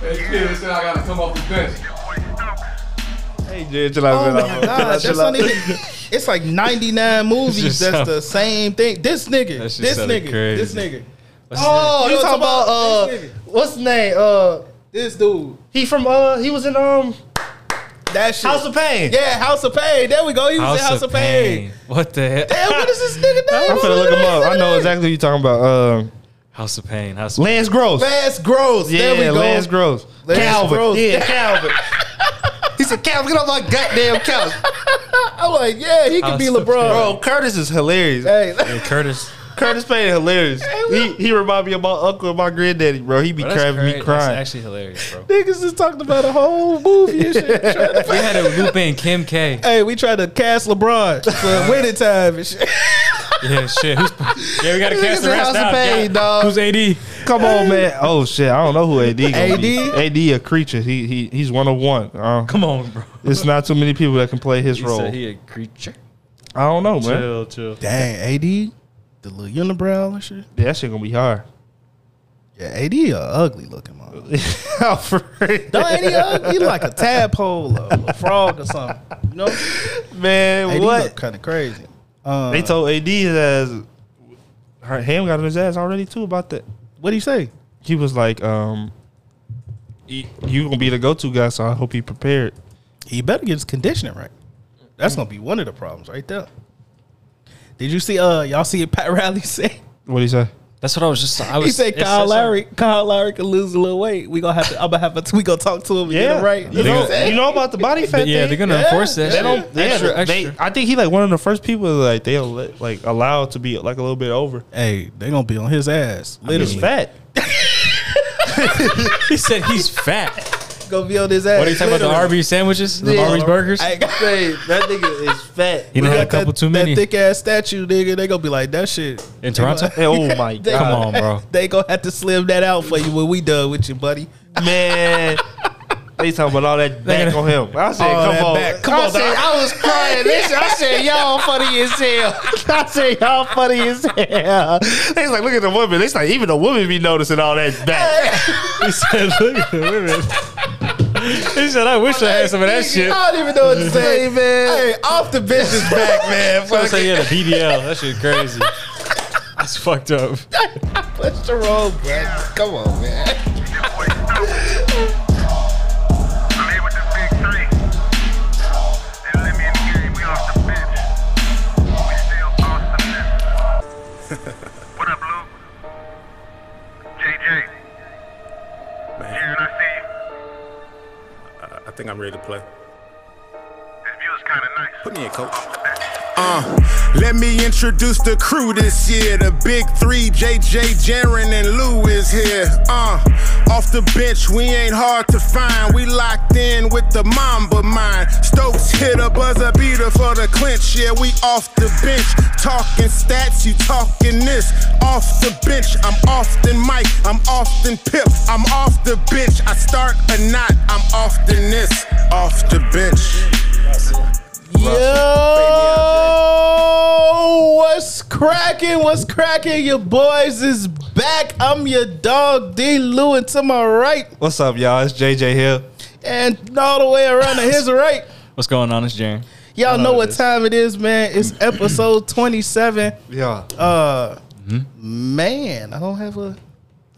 Hey, Jay said I gotta come off the bench. Hey, Jay, chill out, Oh chill out, my bro. Chill god, out, that's chill out. not even. It's like ninety nine movies. just That's sound- the same thing. This That nigga, this shit sounded nigga, this crazy. nigga. Oh, you Yo, talking talk about about uh, this nigga. what's his name? Uh, This dude, he from uh, he was in um that shit. House of Pain. yeah, House of Pain. There we go. He was in House of Pain. What the hell? Damn, what is this nigga name? I'm finna look him up. I know exactly who you talking about. Um, House of Pain. House of Lance Gross. Lance Gross. yeah, there we go. Lance Gross. Lance Calvin. Gross. Yeah, Calvin. he said, Calvin, get off my goddamn couch. I'm like, yeah, he could be House of LeBron. Bro, Curtis is hilarious. Hey, Pain. Curtis. Curtis Payne is hilarious. He he remind me of my uncle and my granddaddy, bro. He be Bro, that's crying, crazy. me That's crying. actually hilarious, bro. niggas is talking about a whole movie and shit. we had to loop in Kim K. hey, we tried to cast LeBron for winning time and shit. Yeah, shit. Who's, yeah, we got to Niggas cast the in rest House of out. Pain, Yeah. dog. Who's AD? Come on, man. Oh shit, I don't know who AD. gonna be. AD? AD a creature. He he he's one of one. Uh, Come on, bro. it's not too many people that can play his He role. said he a creature. I don't know, man. Chill, chill. Dang, AD, the little unibrow and shit. Yeah, that shit gonna be hard. Yeah, AD a ugly looking man. Oh, For real. Don't AD ugly? He like a tadpole or a frog or something. You know, man, AD what look kind of crazy. Uh, they told AD has her hand got on his ass already too about that. what do you say? He was like, um, y- you gonna be the go to guy, so I hope he prepared. He better get his conditioning right. That's gonna be one of the problems right there. Did you see? Uh, y'all see Pat Riley say? What do you say? That's what I was just. I was, He said it Kyle says Lowry, Kyle Lowry can lose a little weight. We gonna have to. I'm gonna have to. We gonna talk to him. And get Yeah, him You right. That's what I'm know, saying. you know about the body something. fat? Yeah, they're thing? gonna Yeah, enforce that. they shit. don't- Yeah, extra, they- extra. I think he like one of the first people that, like they'll let, like allow to be like a little bit over. Hey, they gonna be on his ass. Literally, He's fat. he said he's fat. gonna be on his ass. What are you talking about? The Arby's sandwiches, the Arby's burgers. I Hey, that nigga is fat. He done had a couple that, too many That thick ass statue, nigga. They gonna be like that shit. in Toronto. oh my god, Come on, bro. They gonna have to slim that out for you when we done with you, buddy. man. They talking about all that back on him. I said, come All that on, back. Come I on, said, dog. I was crying. Listen, I said, y'all funny as hell. I said, y'all funny as hell. They was like, look at the woman. They was like, even the woman be noticing all that back. He said, "Look at the women." He said, "I wish I had some of that shit." I don't even know what to say, man. Hey, off the bench is back, man. I say yeah, the BDL. That shit crazy. That's fucked up. What's the wrong, bro? Come on, man. I think I'm ready to play. Put me in, coach. Uh, let me introduce the crew this year. The big three, JJ, Jaron, and Lou is here. Uh, off the bench, we ain't hard to find. We locked in with the Mamba mind. Stokes hit a buzzer beater for the clinch. Yeah, we off the bench. Talking stats, you talking this. Off the bench, I'm often Mike, I'm often Pip. I'm off the bench, I start a knot. I'm often this. Off the bench. Yo, what's cracking? What's cracking? Your boys is back. I'm your dog, D. Lou, and to my right, What's up, y'all? It's JJ here. and all the way around to his right. What's going on? It's Jaren. Y'all know know what this. time it is, man. It's episode 27. Yeah, Uh, Mm-hmm. man, I don't have a.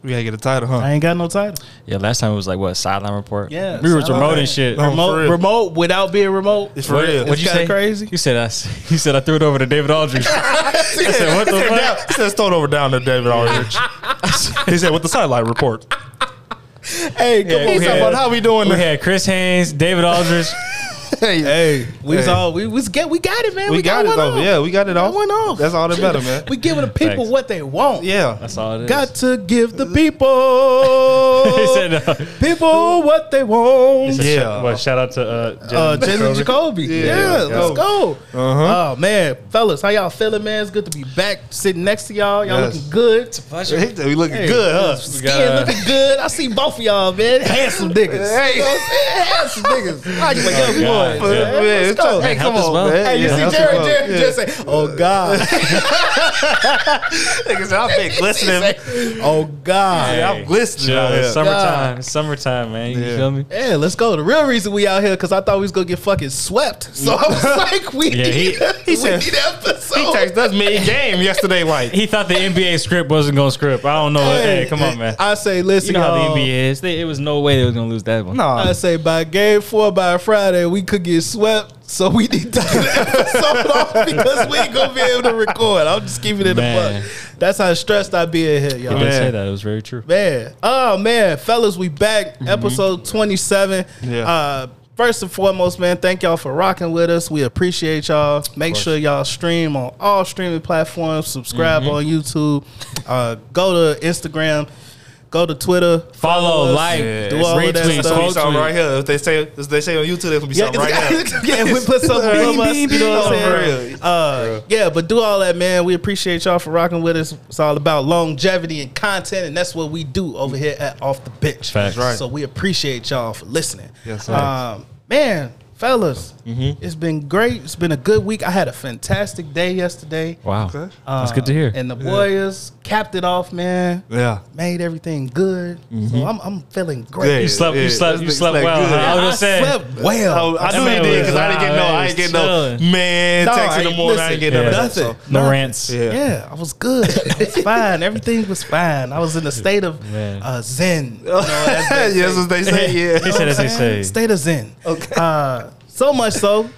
we gotta get a title, huh? I ain't got no title. Yeah, last time it was like what sideline report. Yeah, we were sideline. promoting shit. No, for Remote, real. remote without being remote. It's for real. What'd you kinda say? crazy. You said I. s- You said I threw it over to David Aldridge. I said what the Now, fuck? he said, stone over down to David Aldridge. he said, with the sideline report. Hey, come Yeah, on, we somebody. had- how we doing We this? had Chris Haynes, David Aldridge. Hey, we was Hey. all we was get we got it, man. We, got, it one though. off. Yeah, we got it off. one off. That's all that matter, man. We giving the people Thanks. what they want. yeah. That's all it is. Got to give the people he said, uh, people what they he want. said, Yeah. "What, shout out to uh, Jalen Uh, Jalen Jacoby." Jacoby. Yeah, Yeah, let's yeah. go. Uh-huh. Oh man, fellas, how y'all feeling, man? It's good to be back sitting next to y'all. Y'all Yes. looking good. we looking good, huh? Skin looking good. I see both of y'all, man. Handsome niggas. Hey. Oh, You know what I'm saying? Handsome niggas. Like my young God, boys. yeah. man. Let's go. Hey, help come us, on, bro. man. Hey, you Yeah, help see us, Jerry, bro. Jerry Yeah. just say, "Oh God, Niggas, I've been glistening. oh God." I'm glistening. "Oh, Chill, out here. it's summertime summertime. It's summertime, man. You feel me? Yeah, let's go. The real reason we out here because I thought we was gonna get fucking swept. So I was like, we Yeah, need, he- we said- need an episode. He texted us mid game yesterday, like, He thought the NBA script wasn't gonna script. I don't know. Oh, Hey, come on, man. I say, You listen, know how y'all. the NBA is. They, it was no way they was gonna lose that one. I no, say by game four by Friday we could get swept, so we need to get an episode off because we ain't gonna be able to record. I'm just keeping it a Man. buck. That's how stressed I be in here, y'all. He did say Man. that. It was very true. Man. oh man, fellas, we back. Mm-hmm. Episode 27. Yeah. Uh, first and foremost, man, thank y'all for rocking with us. We appreciate y'all. Make sure y'all stream on all streaming platforms. Subscribe Mm-hmm. on YouTube. Uh, go to Instagram. Go to Twitter. Follow, us, like, do all of that retweet, stuff. quote it's something tweet. right here. If they say if they say on YouTube, there's gonna be Yeah, something right now. yeah, and we put something Bing, above us. bing, you know what I'm bing. saying? Real. Uh, yeah, but do all that, man. We appreciate y'all for rocking with us. It's all about longevity and content, and that's what we do over here at Off the Bench. Facts. That's right. So we appreciate y'all for listening. Yes, sir. Mm-hmm. um, man, fellas, it's been great. It's been a good week. I had a fantastic day yesterday. Wow, Okay. that's Uh, good to hear. And the Warriors capped it off, man. Yeah. Mm-hmm. Made everything good. So I'm, I'm feeling Yeah. you great. slept. You yeah, slept. this You nigga slept slept well. good. huh? I was I just saying. slept well. I, I That knew he man did because was- I didn't get no. ah, I he didn't get was no man Dog, text in the morning. I didn't get listen, no yeah. nothing. So, No rants. yeah. Yeah, I was good. I was fine. Everything was fine. I was in a state of Man. uh, zen. You know, as they yes, say. as they say. He Yeah, said, as they say, State of zen. Okay. Uh, so much so,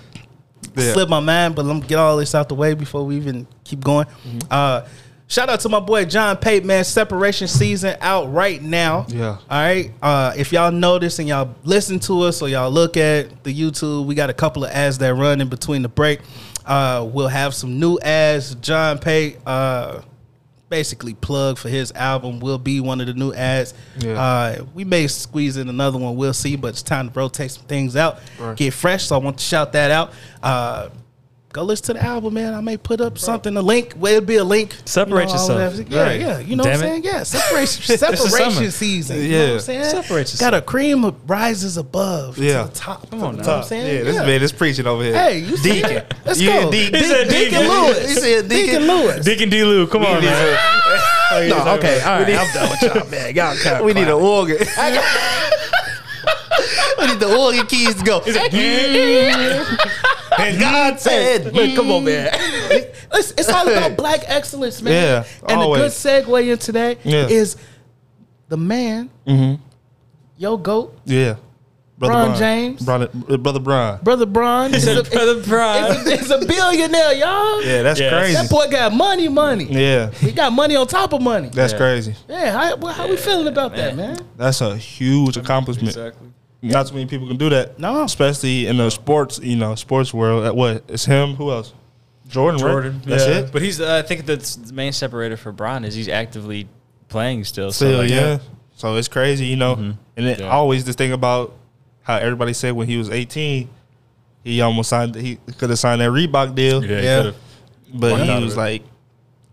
Yeah. slipped my mind, but let me get all this out the way before we even keep going. Mm-hmm. Uh, shout out to my boy John Pate, man. Separation season out right now. Yeah. All right. Uh, if y'all notice and y'all listen to us or y'all look at the YouTube, we got a couple of ads that run in between the break. Uh, we'll have some new ads. John Pate, uh, basically plug for his album, will be one of the new ads. Yeah. Uh, we may squeeze in another one. We'll see, but it's time to rotate some things out, get fresh. So I want to shout that out. Uh, go listen to the album, man. I may put up something, a link. Well, it'll be a link. Separate all of yourself. that. Yeah, Right. yeah. You know what I'm Damn saying? it. Yeah, separation, the summer. separation season. You know what Yeah. I'm saying? Separate yourself. Got a cream of- rises above Yeah. to the top. Come on you know now. what I'm saying? yeah. This man is preaching over here. Hey, you see Deacon. that? Let's Yeah, go. Deacon. Deacon, He said Deacon Deacon. Lewis. He said Deacon, Deacon. Lewis. Dick and D. Lou, come on, man. No, okay, all right. We need- I'm done with y'all, man. Y'all kind of We need an organ. we need the organ keys to go. and God said, Look, come on, man. it's, it's all about black excellence, man. Yeah, and always. a good segue into that Yeah. Mm-hmm. is the man, yo goat, Yeah. Brother Bron James. Brother, uh, brother Brian. brother Bron, is a, said, "Brother Bron." is a- is a billionaire, y'all. Yeah, that's Yeah. That crazy. boy got money, money. Yeah, He got money on top of money. that's crazy. Yeah, how, well, how we feeling about that, man? That's a huge accomplishment. Not too many people can do that. No. especially in the sports, you know, sports world. At what? It's him. Who else? Jordan. right? Jordan. That's yeah. it. But he's. Uh, I think that's the main separator for Bron is he's actively playing still. so, Still, like, Mm-hmm. yeah. So it's crazy, you know. And then Yeah. always this thing about how everybody said when he was eighteen, he almost signed. He could have signed that Reebok deal. Yeah, he could've. But Walked out of he was it. like,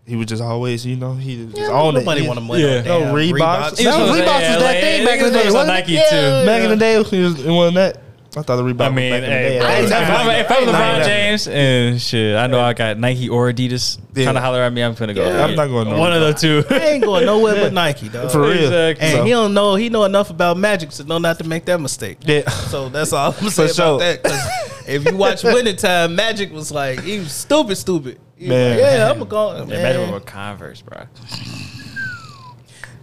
he was just always, you know, he was Yeah, on it. nobody He- want to money. Yeah. Yeah. No Reeboks. That He was supposed to- Reeboks yeah, was that like, thing it back in the was day. on wasn't it? Nike Yeah. too. Back in the day, it, was, it wasn't that. I thought the Reebok. I mean, was back hey, in the if day. I'm- if I'm, if I'm Nah, nah. LeBron James and shit, I know I got Nike or Adidas. Yeah. Trying to holler at me, I'm gonna go. Yeah, I'm not going nowhere. One of the two. I ain't going nowhere but Nike, dog. For real. Exactly. And So- he don't know. He know enough about magic to know not to make that mistake. Yeah. So that's all I'm gonna say sure. about that. 'cause if you watch Winning Time, Magic was like he was stupid, stupid. He was Man. like, yeah, I'm gonna go. Yeah, Imagine Man, with Converse, bro.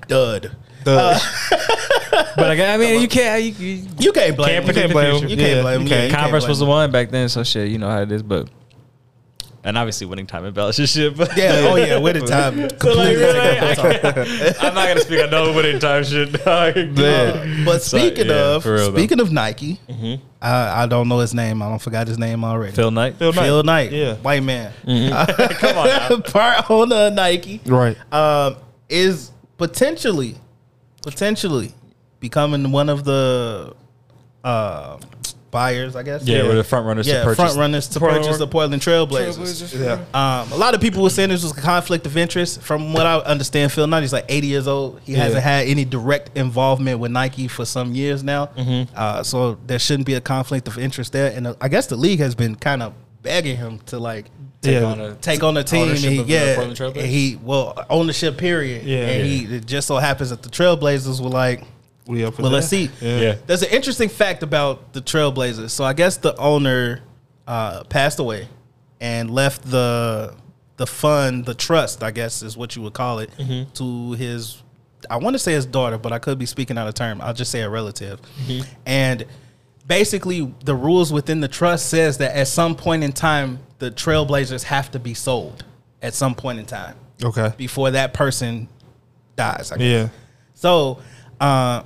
dud. Uh, The- But I, I mean, you can't. You, you, You can't blame. him. Can't predict the blame future. him. You Yeah, can't blame. you him. can't. You can't Converse blame was the him. one back then, so shit, you know how it is. But and obviously, winning time embellishes shit. But Yeah. Oh yeah. Winning Time. So like, completely really, take I that off. can't- I'm not gonna speak on no winning time shit. dog. Yeah. But So, speaking yeah, of for real, though. Mm-hmm. speaking of Nike, I, I don't know his name. I don't forgot his name already. Phil Knight. Phil Mm-hmm. Knight. Phil Knight. Yeah. White man. Come on, now. Part owner of Nike. Right. um, is potentially, potentially becoming one of the uh, buyers, I guess. yeah, we're the front runners to yeah, purchase. front runners to Portland- purchase the Portland Trailblazers. Yeah. Um, a lot of people were saying this was a conflict of interest. From what I understand, Phil Knight is like 80 years old. He hasn't had any direct involvement with Nike for some years now. Mm-hmm. Uh, so there shouldn't be a conflict of interest there. And uh, I guess the league has been kind of begging him to like Take Yeah. on a- take on the team. And Ownership he, of the yeah, Portland Trailblazers? and he well ownership period. Yeah. and Yeah. he it just so happens that the Trailblazers were like, We up for Well, that? let's see. Yeah. There's an interesting fact about the Trailblazers. So I guess the owner uh, passed away and left the the fund, the trust, I guess is what you would call it, to his. I want to say his daughter, but I could be speaking out of term. I'll just say a relative. And basically, the rules within the trust says that at some point in time, the Trailblazers have to be sold. At some point in time, Okay. before that person dies. I guess. Yeah. So, uh,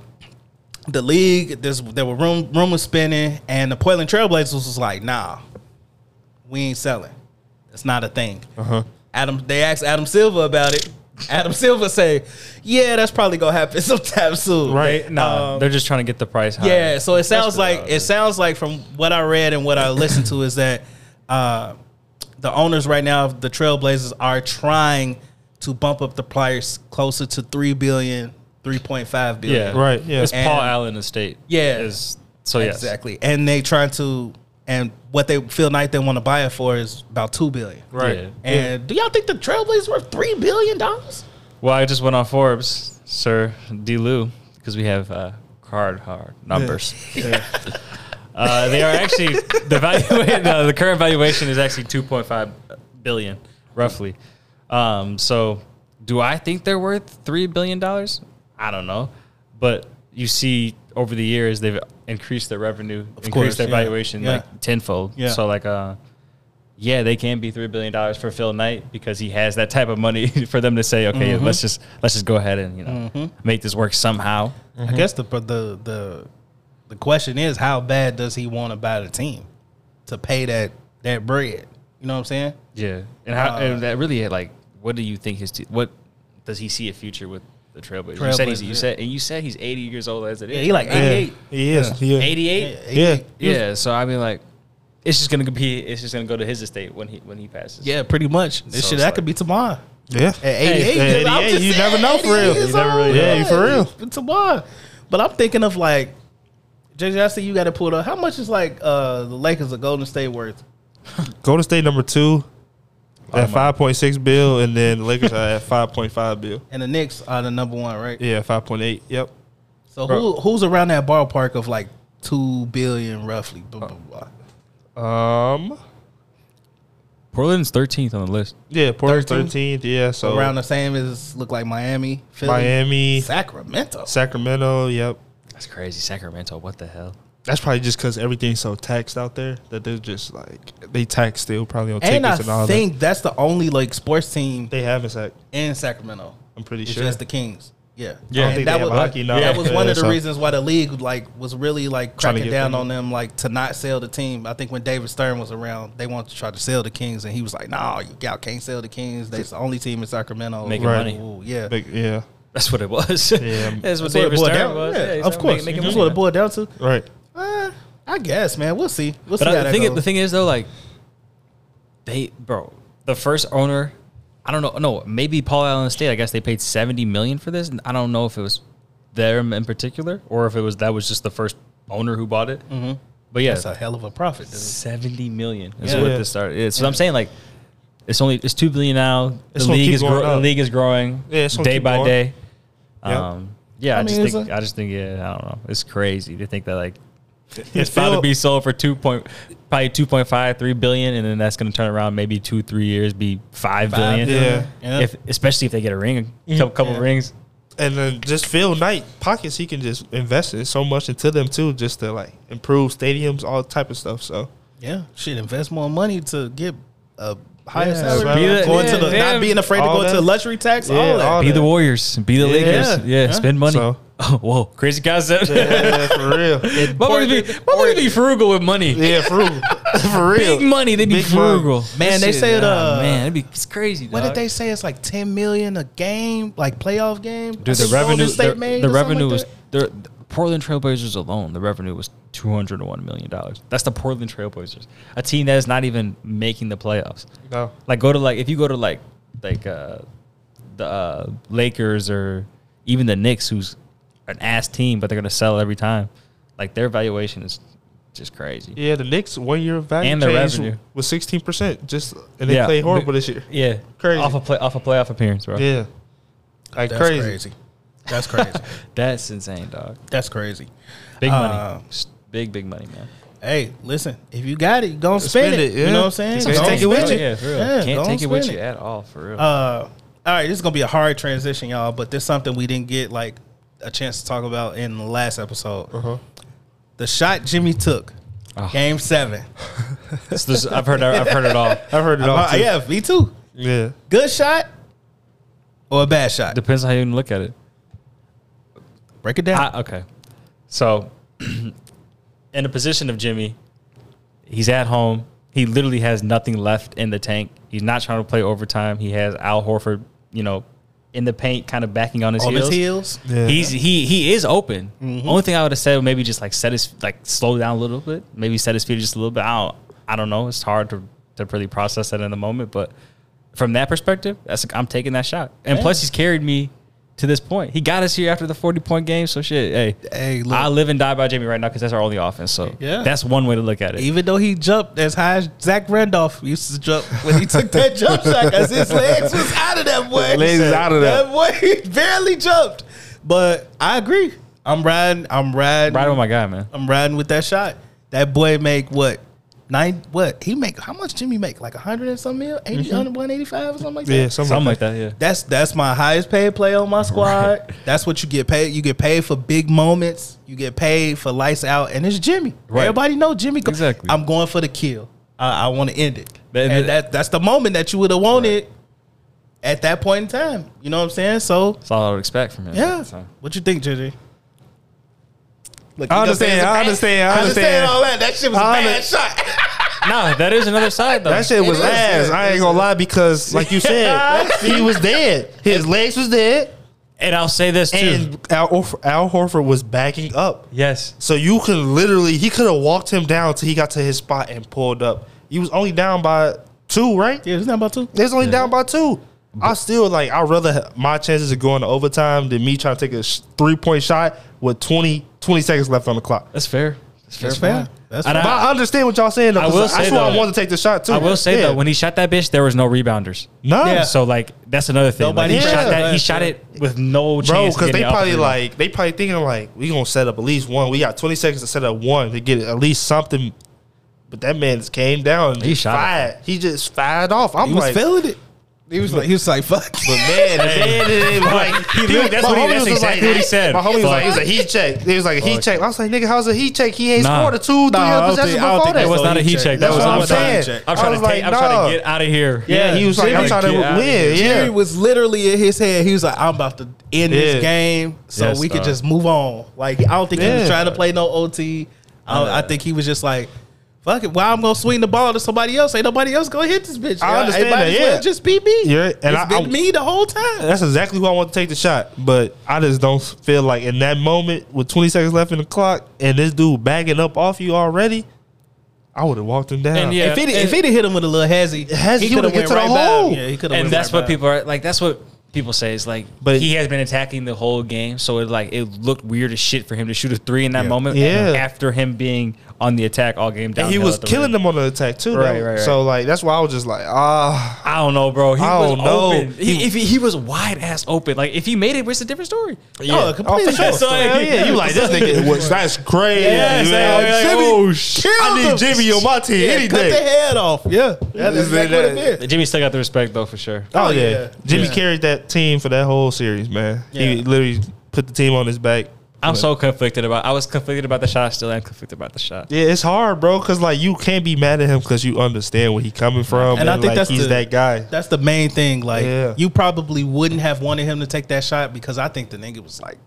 the league, this there were room rumors spinning, and the Portland Trailblazers was like, "Nah, we ain't selling. That's not a thing." Adam, they asked Adam Silver about it. Adam Silver say, "Yeah, that's probably gonna happen sometime soon." Right? Nah, Um, they're just trying to get the price high. yeah, so it sounds what I like it sounds like from what I read and what I listened to is that uh, the owners right now of the Trailblazers are trying to bump up the price closer to three billion, three point five billion. yeah, Right, yeah. It's And- Paul Allen Estate. Yeah. is so yes, exactly. And they trying to and what they feel like they want to buy it for is about two billion. right. Yeah. And do y'all think the Trailblazers worth three billion dollars? Well, I just went on Forbes, Sir D. Lou, because we have uh, card hard numbers. uh, they are actually the value. No, the current valuation is actually two point five billion, roughly. Um, so, do I think they're worth three billion dollars? I don't know, but you see, over the years they've increased their revenue, increased course, their yeah, valuation yeah. like tenfold. Yeah. So, like, uh, yeah, they can be three billion dollars for Phil Knight because he has that type of money for them to say, okay, Mm-hmm. let's just let's just go ahead and you know make this work somehow. Mm-hmm. I guess the the the the question is how bad does he want to buy the team to pay that that bread? You know what I'm saying? Yeah, and how Uh, and that really like, what do you think his te- what does he see a future with the Trailblazers? You said he's Trailblazers, you yeah. said and you said he's eighty years old as it is. Yeah, he like Yeah. 88. He is. Yeah. Eighty-eight. Yeah. Yeah, so I mean, like, it's just gonna be it's just gonna go to his estate when he when he passes. Yeah, pretty much. This So shit it's that like- could be tomorrow. Yeah. At 88, at dude, I'm 88, just you saying, never know for 88 real. years You never really old, know. Yeah, you for real. But Tomorrow. But I'm thinking of like, JJ, I see you got to pull up. How much is like uh, the Lakers of Golden State worth? Golden State number two at five point six bill, and then the Lakers are at five point five bill. And the Knicks are the number one, right? Yeah, five point eight. Yep. So who who's around that ballpark of like two billion roughly? Blah, blah, blah. Um. Portland's thirteenth on the list. Yeah, Portland 13? thirteenth. Yeah, so around the same as look like Miami, Philly, Miami, Sacramento. Sacramento. Yep. That's crazy, Sacramento. What the hell? That's probably just because everything's so taxed out there that they're just like they tax still probably on tickets And and, I all think that's the only like sports team that. They haven't sacked. in Sacramento. I'm pretty It's sure. just the Kings. Yeah, Yeah. I don't And think that they was have hockey now. that was one Yeah, of the so- reasons why the league like was really like Trying to cracking get down them. on them like to not sell the team. I think when David Stern was around, they wanted to try to sell the Kings, and he was like, "Nah, you y'all can't sell the Kings. That's the only team in Sacramento Making Right. money. Ooh, yeah, Like, yeah. That's what it was. Yeah. that's what That's what it David boiled Stern down- was. yeah, Yeah, he's of making- course, making that's money. what it boiled down to. Right. Uh, I guess, man. We'll see. We'll see. But I, how the that thing, goes. the thing is though, like they, bro, the first owner, I don't know, no, maybe Paul Allen State. I guess they paid seventy million for this, and I don't know if it was them in particular or if it was that was just the first owner who bought it. Mm-hmm. But yeah, That's a hell of a profit. Dude. seventy million is Yeah. what Yeah. this started. Yeah, so I'm saying like. It's only it's two billion now. It's The gonna league keep is going grow- the up. league is growing Yeah, it's gonna day keep by going. day. Yep. Um, yeah, I I, mean, just it's think a- I just think yeah, I don't know. It's crazy to think that like If it's about Phil- to be sold for two point, probably two point five, three billion, and then that's going to turn around maybe two, three years, be five billion. Yeah. Yeah. If especially if they get a ring, a couple, couple Yeah. rings. and then just Phil Knight pockets he can just invest in so much into them too, just to like improve stadiums, all type of stuff. So Yeah, shit. Invest more money to get a higher Yeah, salary. bro. Be the- going yeah, to the, yeah. not being afraid to All go that. to luxury tax. all that. all Be that. the Warriors, be the Lakers. Yeah, Yeah. spend money. So- Oh, whoa, crazy concept. yeah, for real, What would be? What would be frugal with money? yeah, for real, for real. Big money, they be Big money. frugal. Man, they Shit, said, ah, uh, man, it'd be it's crazy. What dog. did they say? It's like ten million a game, like playoff game. Dude, the Golden revenue, State the, made the or something revenue like was that? the Portland Trailblazers alone. The revenue was two hundred and one million dollars. That's the Portland Trailblazers, a team that is not even making the playoffs. No, Like go to like if you go to like like uh, the uh, Lakers or even the Knicks, who's an ass team, but they're gonna sell every time. Like their valuation is just crazy. yeah, the Knicks one year value And and the the revenue. was sixteen percent. Just and they Yeah. played horrible this year. Yeah, Crazy. off a play off a playoff appearance, bro. Yeah, like That's crazy. crazy. That's crazy. That's insane, dog. That's crazy. Big money. Uh, S- big, big money, man. Hey, listen, if you got it, go and spend, Spend it, it. You yeah. know what I'm saying? Just Go take and it with spend you. Yeah, for real. go Can't and take it with spend you at all, for real. Uh, all right, this is gonna be a hard transition, y'all, but there's something we didn't get like a chance to talk about in the last episode. The shot Jimmy took, Ah. Oh. game seven. It's this- I've heard, I've heard it all. I've heard it all. Uh, too. yeah, me too. yeah. Good shot or a bad shot? Depends on how you look at it. Break it down. I, okay. So, in the position of Jimmy, he's at home. He literally has nothing left in the tank. He's not trying to play overtime. He has Al Horford, you know, in the paint, kind of backing on his on heels. his heels. Yeah. He's he he is open. Mm-hmm. Only thing I would have said would maybe just like set his like slow down a little bit. Maybe set his feet just a little bit. I don't I don't know. It's hard to to really process that in the moment, but from that perspective, that's I'm taking that shot. And plus, he's carried me to this point. He got us here after the 40 point game. So shit, hey, Hey, look. I live and die by Jamie right now because that's our only offense. So Yeah. that's one way to look at it. Even though he jumped as high as Zach Randolph used to jump when he took that jump shot, because his legs was out of that boy. His legs was out of that. That boy he barely jumped. But I agree. I'm riding. I'm riding. Right on my guy, man. I'm riding with that shot. That boy make what nine? What he make? How much Jimmy make? Like hundred and some mil? 80, 185 or something like that. Mm-hmm. Yeah, something, Something like like that, yeah. That's that's my highest paid play on my squad. That's what you get paid. You get paid for big moments. You get paid for lights out, and it's Jimmy. Right. Everybody know Jimmy. go- Exactly. I'm going for the kill. I, I want to end it. That- and that that's the moment that you would have wanted at that point in time. You know what I'm saying? So That's all I would expect from him. yeah. So, What you think, JJ? Look, I you know, understand, it's a I bad- understand, I understand. all that. That shit was a I bad under- shot. no, that is another side though. That shit was is, ass. I ain't gonna lie because, like you said, he was dead. His legs was dead, and I'll say this too. and Al, Orf- Al Horford was backing up. yes. So you could literally, he could have walked him down till he got to his spot and pulled up. He was only down by two, right? Yeah, it's not about two. They was only down by two. I still like. I'd rather ha- my chances of going to overtime than me trying to take a sh- three point shot with 20, 20 seconds left on the clock. That's fair. That's fair. That's fair. That's And But I, understand what y'all saying though. I 'cause will that's say, why I though- wanted to take the shot too. I will say Yeah. though, when he shot that bitch, there was no rebounders. no, Yeah. So like that's another thing. Like, Nobody he pressed shot that. He that. shot it with no chance. bro, of because getting they the probably opportunity. like they probably thinking like we gonna set up at least one. We got twenty seconds to set up one to get at least something. But that man just came down. And He he shot it. fired. He just fired off. I'm He was like, feeling it. He was like, he was like, fuck. But man, the man it was like He literally- that's my what he- homie that's was just exactly what he said. My homie was Fuck. like, it was a heat check. It was like a heat Fuck. check. I was like, nigga, how's a heat check? He ain't Nah. scored a two, three Nah, I other don't possessions think- I don't before think that. It was So not a he heat checked. check. That That's was what I'm I'm trying saying. to. I'm trying I to was take. like, I'm trying nah. to get out of here. yeah, he was like, I'm Jimmy, trying to get out of win. here. Yeah, Jerry was literally in his head. He was like, I'm about to end Yeah. uh, this game so Yes, we could dog. just move on. Like, I don't think he Yeah. was trying to play no OT. I, don't- I think he was just like, fuck it. Why I'm going to swing the ball to somebody else? Ain't nobody else going to hit this bitch. I Y'all- understand might that, as yeah. well just be me. Yeah, and and I- been I- me the whole time. that's exactly who I want to take the shot. But I just don't feel like in that moment with 20 seconds left in the clock and this dude bagging up off you already, I would have walked him down. And yeah, if he'd and- if he'd hit him with a little hezzy, Hezzy he could would've went to have went the right by hole. him. Yeah, he could have. and that's what people are like. That's what people say is like. But- he has been attacking the whole game, so it like it looked weird as shit for him to shoot a three in that moment. Yeah. After him being on the attack all game, and he downhill was at the killing rim. them on the attack too. Right, Right, right, right. So like that's why I was just like, ah, I don't know, bro. He I was don't know. open. He, if he, he was wide ass open, like if he made it, it's a different story. Yeah. completely for sure. different story. Hell yeah, you like this nigga? was- That's crazy. Yeah, it's man. like- like, Jimmy, oh, I need Jimmy on my team Yeah, any cut the day. head off. Yeah, that's Is exactly what it it is. Jimmy still got the respect though for sure. Oh yeah, yeah. Jimmy Yeah. carried that team for that whole series, man. He Yeah. literally put the team on his back. I'm so conflicted about. I was conflicted about the shot. I still am conflicted about the shot. Yeah, it's hard, bro, because like you can't be mad at him because you understand where he coming from, And I think like, that's he's the- that guy. That's the main thing. Like Yeah. you probably wouldn't have wanted him to take that shot because I think the nigga was like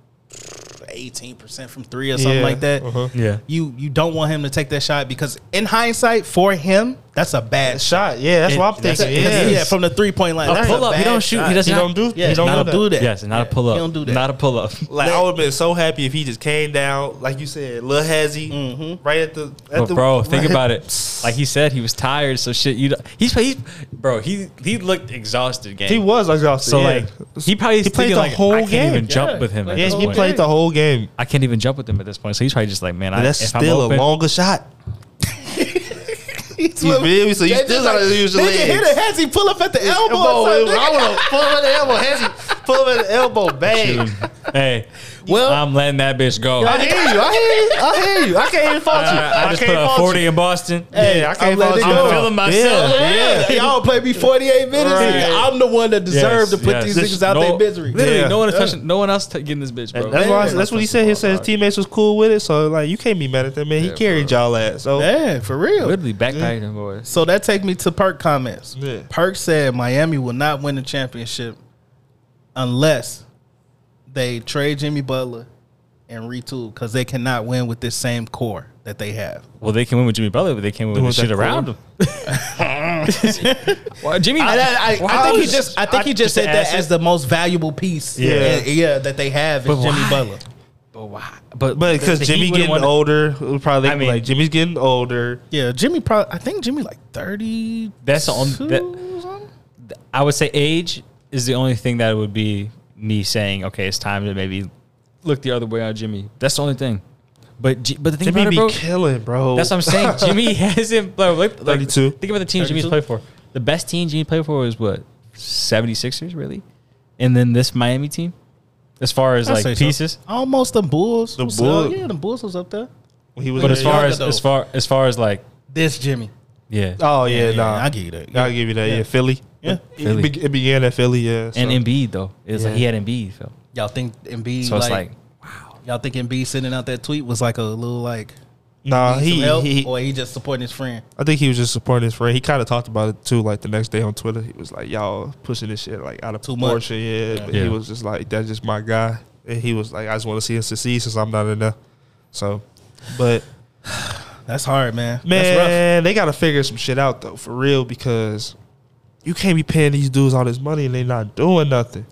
eighteen percent from three or something Yeah. like that. Uh-huh. Yeah. You you don't want him to take that shot because in hindsight, for him, that's a bad shot. Shot, yeah, that's what I'm That's- thinking. Because Yeah, he- Yeah, from the three point line. A that's pull up. bad He don't shoot. shot. He doesn't He don't do- Yeah, he don't not do do that. that. Yes, not a pull up. He don't do that. Not a pull up. Like I would have been so happy if he just came down, like you said, Lil Hezzy, right at the. At But the bro, think right- about it. Like he said, he was tired. So shit, you. He's he, bro. He he looked exhausted. Game. He was exhausted. so yeah. like he probably He played thinking, the like, whole I can't game. even jump Yeah. with him. at Yeah, this yeah, he point. played the whole game. I can't even jump with him at this point. So he's probably just like, man, I, That's if still I'm open, a longer shot. He's You feel me? So you They just still gotta use your nigga legs. hit a hezzy pull up at the elbow. elbow. or I something, would nigga. have pulled at the elbow, Hezzy. Pull him at the elbow, bang. hey, Well- I'm letting that bitch go. I, I hear you. I hear you. I hear you. I can't even fault you. Uh, I just put can't a fault 40 you. in Boston. Hey, I I'm can't fault letting you. it go. at all. feeling myself. Yeah, y'all play me 48 minutes. Right. I'm the one that deserved to put yes. these niggas out No- their misery. Literally, Yeah. no one is touching. No one else t- getting this bitch, bro. That's, why I- that's what he said. He said his teammates was cool with it, so like you can't be mad at that man. He carried y'all ass. So Yeah, for real. Literally backpacking them boys. So that take me to Perk comments. Yeah. Perk said Miami will not win the championship unless they trade Jimmy Butler and retool because they cannot win with this same core that they have. Well, they can win with Jimmy Butler, but they can't win with Who's the shit that around him. well, Jimmy, I, I- I- I think he was- just I think he just an said that asset. as the most valuable piece. Yeah. yeah, yeah, that they have is But Jimmy why? Butler. But why? But But because Jimmy getting old. older, it was probably I mean- like Jimmy's getting older. Yeah, Jimmy probably. I think Jimmy like thirty. That's the only- that- I would say age is the only thing that would be me saying, okay, it's time to maybe look the other way on Jimmy. That's the only thing. But Ji- but the thing Jimmy about be it, bro, killing, bro. that's what I'm saying. Jimmy hasn't. Bro, look, like, 32. Think about the team Jimmy's 32? played for. The best team Jimmy played for was what 76ers, really, and then this Miami team. As far as I'd say like so. pieces, Almost the Bulls. The was Bulls. up. Yeah, the Bulls was up there. he was. but as far younger as though. as far as far as like This Jimmy. yeah, oh yeah, nah, I give you that. I'll give you that. Yeah, Philly. Yeah. It, be- it began at Philly. Yeah, so. and Embiid though, it's like Yeah. he had Embiid, so, Y'all think Embiid? so it's like like Y'all think Embiid sending out that tweet was like a little like nah, he, Uh, he, help, he, or he just supporting his friend? I think he was just supporting his friend. He kind of talked about it too. Like the next day on Twitter, he was like, "Y'all pushing this shit like out of Too much. proportion." Yeah, but Yeah. he was just like, "That's just my guy," and he was like, "I just want to see him succeed since I'm not in there." So, but. That's hard, man. That's rough. Man, they gotta figure some shit out though, for real, because you can't be paying these dudes all this money and they not doing nothing.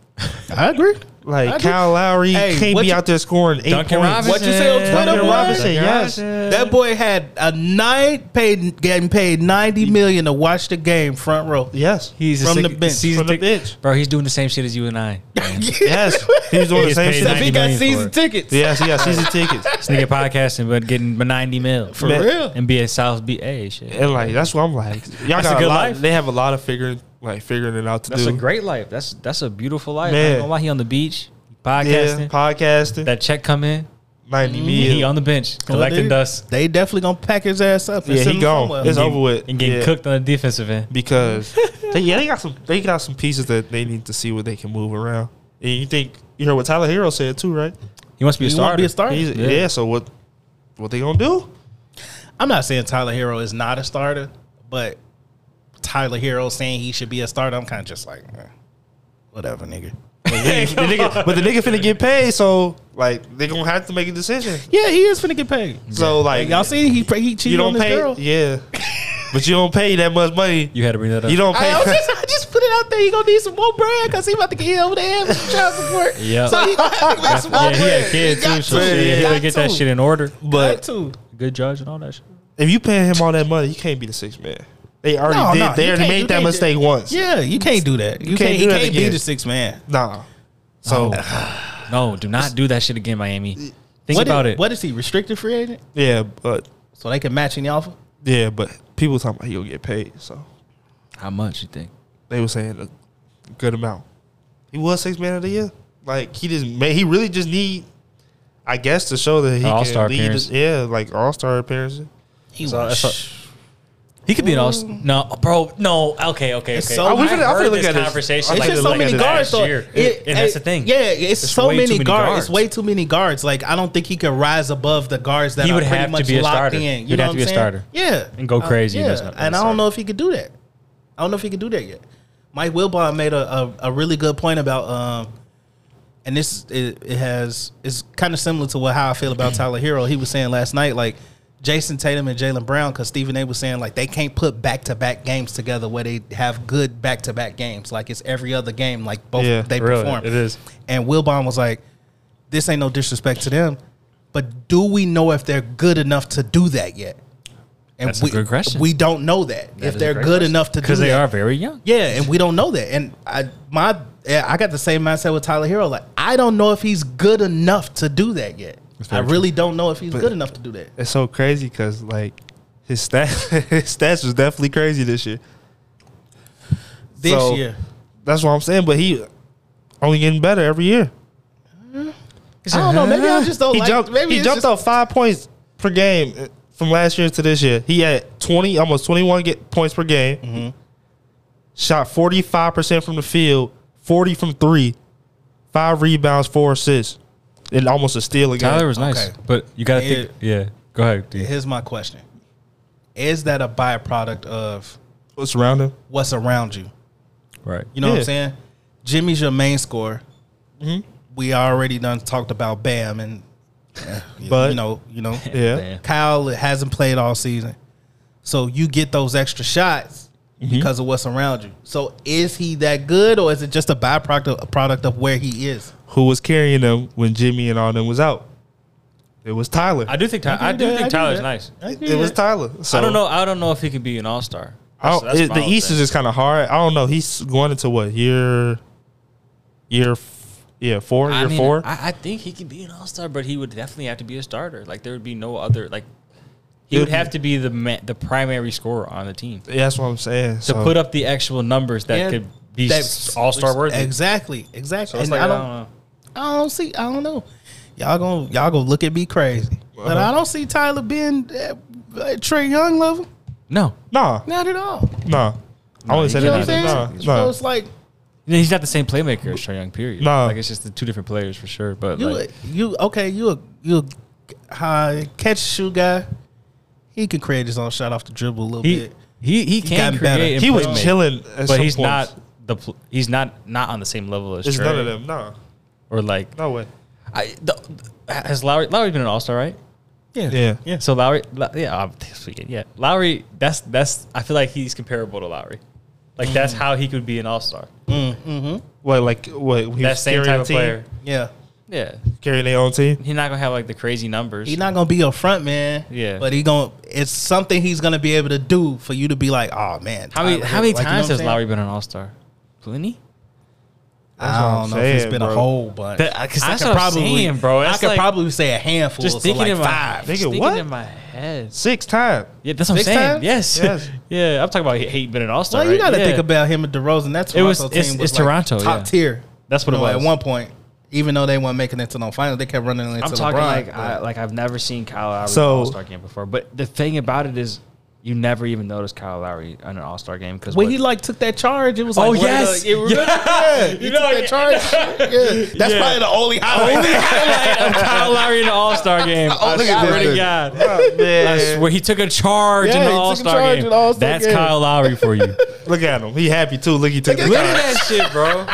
I agree. I Like do- Kyle Lowry Hey, can't what be you- out there scoring eight Duncan points. Robinson. What you say on Twitter, Duncan boy? Robinson, yes. That boy had a night paid getting paid ninety million to watch the game front row. Yes, He's From a the bench, season from the tick- bench. bro. He's doing the same shit as you and I. yes, he's doing the He gets same paid shit. Yes, Except he 90 got million for season it. tickets. yes, he got season tickets, Sneaker podcasting, but getting 90 mil for Man. real. and be a South BA shit. and like that's what I'm like. Y'all That's a got a good lot. life. They have a lot of figuring, like figuring it out to That's do. a great life. That's that's a beautiful life. Man. I don't know why he on the beach podcasting. yeah, podcasting. that check come in, Ninety he million. on the bench Well, collecting they- dust They definitely gonna pack his ass up. and Yeah, send he him gone. somewhere. It's over with. and getting Yeah. cooked on the defensive end. because they, yeah, they got some they got some pieces that they need to see where they can move around. And you think you heard what Tyler Hero said too, right? He wants to be a You wanna starter. be a starter? He's- Yeah. yeah. So what what they gonna do? I'm not saying Tyler Hero is not a starter, but Tyler Hero saying he should be a starter, I'm kind of just like, eh, whatever, nigga. The nigga- but the nigga finna get paid, so like they gonna have to make a decision. Yeah, he is finna get paid. So like Y'all see, he pra- he cheated you don't on this pay, girl. yeah, but you don't pay that much money. You had to bring that up. You don't pay. I, was just, I just put it out there. He gonna need some more bread because he about to get hit over the head with child support. Yeah. so he gonna have to make some more yeah, he had bread. a kid too, so to. shit, Yeah, he better got get that to. shit in order. But but too. Good judge and all that shit. if you paying him all that money, you can't be the sixth man. They already No, did. no, they you already can't- you made that can't do- mistake once. Yeah, you can't do that. You, can't. can't do you that can't be again. the six man. Nah. So Oh. No, do not do that shit again, Miami. Think What about is- it. What is he restricted free agent? yeah, but So they can match any offer. yeah, but people talking about he gonna get paid. So How much you think? they were saying a good amount. He was six man of the year. Like he just made, he really just need, I guess, to show that he All-star can lead. appearance. Yeah, like all star appearances. He So was- that's He could be an all. No, bro. No. Okay. Okay. Okay. It's so- I- we I've finna- I heard finna look this at this. conversation. I It's like just to so look many at it guards, though. Year. It- and that's the it- thing. Yeah, it's It's so way too many many guards. guards. It's way too many guards. Like I don't think he can rise above the guards that He are would pretty have to much be a locked starter. in. You He'd know have what to be I'm a saying? starter. Yeah, And go Uh, crazy and yeah, that's not and I don't know if he could do that. I don't know if he could do that yet. Mike Wilbon made a, a, a really good point about, um, and this is- it, it has it's kind of similar to what how I feel about Tyler Hero. He was saying last night like. Jason Tatum and Jalen Brown, because Stephen A was saying like they can't put back to back games together where they have good back to back games. Like it's every other game, like both Yeah, they really, perform. it is. And Wilbon was like, "This ain't no disrespect to them, but do we know if they're good enough to do that yet?" And That's a we, good question. We don't know that, That if is a they're great good question. enough to do because they that. are very young. Yeah, and we don't know that. And I my yeah, I got the same mindset with Tyler Hero. Like I don't know if he's good enough to do that yet. I really don't know if he's good enough to do that. It's so crazy because like his stats, his stats was definitely crazy this year. This So, year. That's what I'm saying. But he only getting better every year. I don't know. Maybe I just don't. He like, jumped- maybe he he jumped jumped up five points per game uh, from last year to this year. He had twenty, almost twenty-one get points per game. Shot forty-five percent from the field, forty from three, five rebounds, four assists, and almost a steal again. Tyler was nice, Okay. but you got to Yeah. think. Yeah, go ahead. D. Here's my question: Is that a byproduct of What's around him? what's around you? Right. You know what Yeah. I'm saying? Jimmy's your main scorer. We already done talked about Bam and, But- but you know, you know, Yeah. Damn. Kyle hasn't played all season, so you get those extra shots because of what's around you. So is he that good, or is it just a byproduct of, a product of where he is? Who was carrying them when Jimmy and all them was out? It was Tyler. I do think Ty- I do think Tyler's nice. it was Tyler. So I don't know. I don't know if he could be an all star. I don't- it- the East is just kind of hard. I don't know. He's going into what year? Year, f- yeah, four. year four. I, I think he could be an all star, but he would definitely have to be a starter. Like there would be no other. Like he would Dude. have to be the ma- the primary scorer on the team yeah, that's what I'm saying. to So put up the actual numbers that Yeah, could be all star worthy. Exactly, exactly. So it's And like, um, I don't, know. I don't see. I don't know. Y'all gonna y'all gonna look at me crazy, but uh-huh. I don't see Tyler being at, at Trey Young level. No, nah, Not at all. nah. I wouldn't say You know what I'm that. saying? Nah, So nah. it's like No, he's not the same playmaker as Trae Young. Period. No. like it's just the two different players for sure. But you like, you okay? You a you a high catch shoe guy? He can create his own shot off the dribble a little he bit. he he can gotten better. create. and He was playmake, chilling, at but some he's points. not the pl- he's not not on the same level as It's Trae. none of them. Nah, Or like, no way. I, the, has Lowry Lowry's been an all star, right? Yeah, Yeah. So Lowry, Low- yeah, I'm speaking. Yeah, Lowry. That's that's. I feel like he's comparable to Lowry. Like that's Mm. how he could be an all star. What like what? He That was same carrying type a of team? player. Yeah, Yeah, carrying their own team. he's not gonna have like the crazy numbers. he's not gonna be your front man. Yeah. but he gonna it's something he's gonna be able to do for you to be like, oh man. how many Tyler how Hill." many Like, you know what times I'm has saying? Lowry been an all star? Plenty. what I I'm don't know if it's saying, been a bro. whole bunch. That- 'cause that's what I'm saying, bro. I That's could like- probably say a handful. Just so thinking like in my- five. Nigga, Just thinking what? in my head. Six times. Yeah, that's what Six I'm saying. times? Yes. Yes. yeah, I'm talking about he- he been an all star. Well, you got to yeah. think about him and DeRozan. That's It was- Toronto it's- team it's like, Toronto, top yeah. tier. That's what You it know, At was. one point, even though they weren't making it to no final, they kept running into I'm LeBron. talking like but- I, like I've never seen Kyle Lowry So- in an All Star game before. But the thing about it is, you never even notice Kyle Lowry in an All Star game because when he like took that charge, it was like, Oh where yes, the- it- yeah. you know that charge. yeah, that's Yeah. probably the only highlight. highlight of Kyle Lowry in the All Star game. I Oh, look at swear this to dude. Oh, God. I swear he took a charge Yeah, in he the took a All Star charge game. in the All-Star That's game. Kyle Lowry for you. Look at him. He happy too. Look, he took the Look time. at that shit, bro.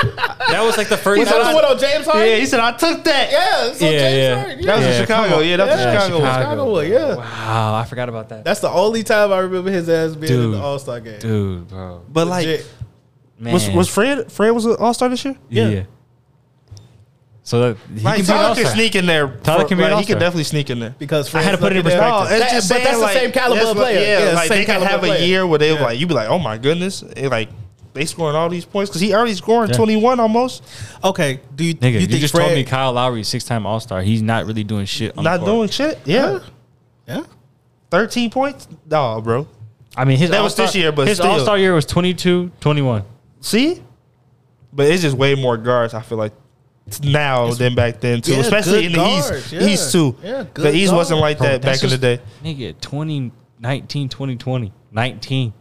That was like the first. He took the one on James Harden. Yeah, he said I took that. Yeah, it's on Yeah, James yeah. Harden. That was in Yeah, Chicago. Yeah, that was in Yeah, Chicago. Chicago. Chicago one, yeah. Wow, I forgot about that, That's the only time I remember his ass being in Dude. the All Star game. dude, bro. But like, Legit. Man. was was Fred Fred was an All Star this year? yeah. yeah. So that he Like can be an Tyler All can Star. sneak in there. Tyler for- can be like, an He all-star. could definitely sneak in there. because I had to Fred's put it in looking at- Oh, perspective. That- Oh, it's just but saying, that's like, the same caliber that's of what- player. Yeah, the like same they could caliber have player. a year where they like you be like, oh my goodness, and, like they scoring all these points because he already scoring Yeah. twenty one almost, Okay, do you, Nigga, you you, think just Fred, told me Kyle Lowry, six time All Star. He's not really doing shit. On the not court. doing shit. Yeah, Yeah. thirteen points. No, bro. I mean, his That was all-star- this year, but his still. All Star year was 22, 21. See, but it's just way more guards. I feel like now than back then too, yeah, especially good in the guards, East. yeah. East too. Yeah, the good East wasn't guards. like Bro, that that's back in the day. just- Nigga, 2019, 2020, 19,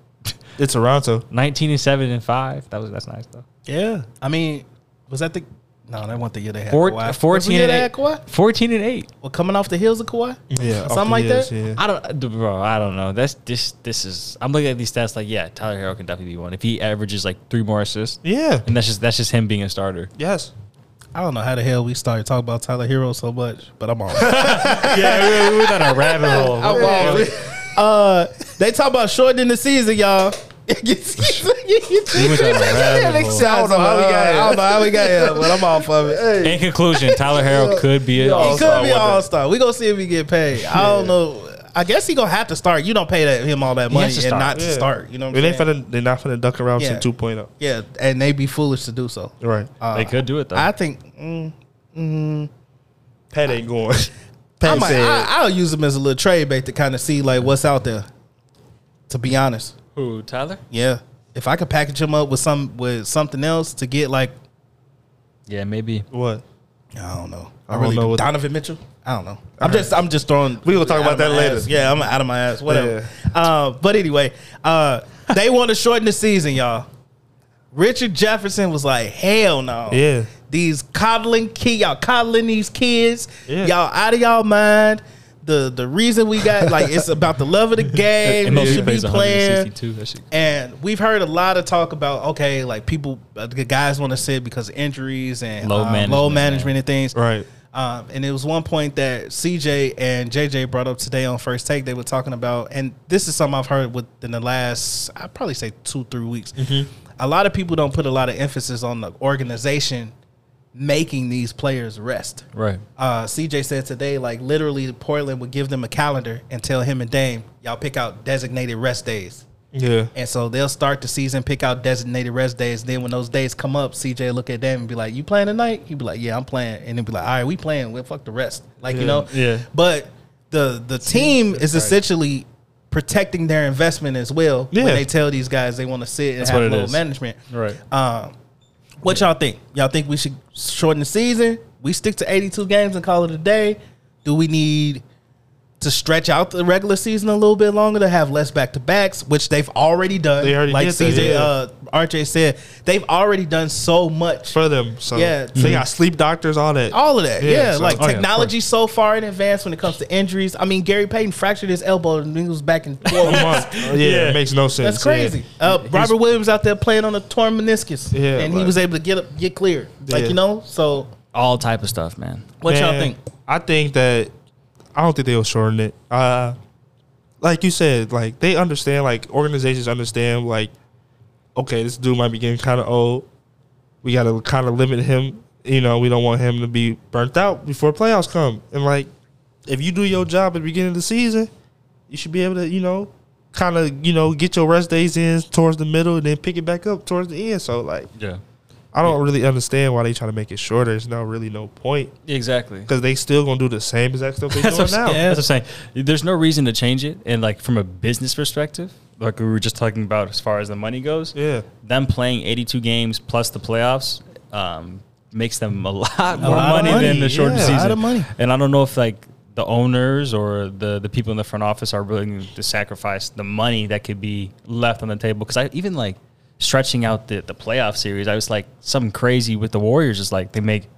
It's Toronto. 19 and 7 and 5. That was that's nice though. Yeah, I mean, was that the? No, that wasn't the year they had Four, Kawhi. 14 was the and year 8. they had Kawhi? 14 and 8. Well, coming off the heels of Kawhi, Yeah, off the something like heels, that. yeah. I don't d- bro, I don't know. That's this this is I'm looking at these stats like, yeah, Tyler Harrell can definitely be one. If he averages like three more assists, Yeah. and that's just that's just him being a starter. Yes. I don't know how the hell we started talking about Tyler Hero so much, but I'm on. yeah, we, we went on a rabbit hole. I'm on. Uh, they talk about shortening the season, y'all. went down a rabbit hole. I don't know how we got here. I don't know how we got here, but I'm off of it. Hey. In conclusion, Tyler Harrell could be an He all-star. could be all star. We gonna see if he get paid. I don't know. I guess he gonna have to start. You don't pay that, him all that has money to and start. not to Yeah. start. You know what It I'm ain't saying? finna, they're not finna duck around to Yeah. 2.0. yeah, and they be foolish to do so. oh. Right. Uh, They could do it though. I think mm, Pat ain't going. I Pat might, said, I, I'll use him as a little trade bait to kind of see like what's out there. To be honest, Who, Tyler? yeah. If I could package him up with some with something else to get like Yeah, maybe. what? I don't know. I, don't really know what- Donovan Mitchell. I don't know. I'm just I'm just throwing. We gonna talk out about of that my later. ass. Yeah, I'm out of my ass. Whatever. Uh, but anyway, uh, they want to shorten the season, y'all. Richard Jefferson was like, hell no. Yeah. These coddling kid, y'all coddling these kids. Yeah. Y'all out of y'all mind. The the reason we got like it's about the love of the game. You should be playing. That shit. And we've heard a lot of talk about okay, like people, uh, the guys want to sit because of injuries and Low low management, low management, management and things. Right. Um, and it was one point that CJ and JJ brought up today on First Take. They were talking about, and this is something I've heard within the last, I'd probably say two, three weeks. A lot of people don't put a lot of emphasis on the organization making these players rest. Right. Uh, CJ said today, like literally, Portland would give them a calendar and tell him and Dame, y'all pick out designated rest days. Yeah. And so they'll start the season, pick out designated rest days. Then when those days come up, CJ will look at them and be like, "You playing tonight?" He'd be like, "Yeah, I'm playing." And then be like, "All right, we playing. Well, fuck the rest." Like you know. Yeah. But the the team is essentially protecting their investment as well Yeah. when they tell these guys they want to sit and That's what have it low is. management. Right. Uh, Um, what y'all think? Y'all think we should shorten the season? We stick to 82 games and call it a day. Do we need to stretch out the regular season a little bit longer to have less back to backs, which they've already done? They already like did that, CJ, yeah. uh, RJ said, they've already done so much. For them. So Yeah. They got sleep doctors, all that. all of that, Yeah, yeah. so- like oh, yeah, of technology so far in advance when it comes to injuries. I mean, Gary Payton fractured his elbow and he was back in four Come months. on. yeah, It makes no sense. That's crazy. Uh, Robert Williams out there playing on a torn meniscus, Yeah, and he like- was able to get up, get cleared. Like Yeah. you know, so All type of stuff, man. what Man, y'all think? I think that I don't think they'll shorten it. Uh, like you said, like they understand, like organizations understand, like okay, this dude might be getting kind of old. We got to kind of limit him. You know, we don't want him to be burnt out before playoffs come. And like, if you do your job at the beginning of the season, you should be able to, you know, kind of, you know, get your rest days in towards the middle and then pick it back up towards the end. So like, Yeah. I don't really understand why they trying to make it shorter. There's not really no point Exactly. because they still gonna do the same exact stuff they That's doing what, I'm, now. yeah, that's what I'm saying. There's no reason to change it, and like from a business perspective, like we were just talking about as far as the money goes. Yeah. them playing 82 games plus the playoffs um, makes them a lot more lot of money, money, than the shortened yeah, a season. lot of money. And I don't know if like the owners or the the people in the front office are willing to sacrifice the money that could be left on the table. Because I even like stretching out the the playoff series, I was like something crazy with the Warriors. Is like they make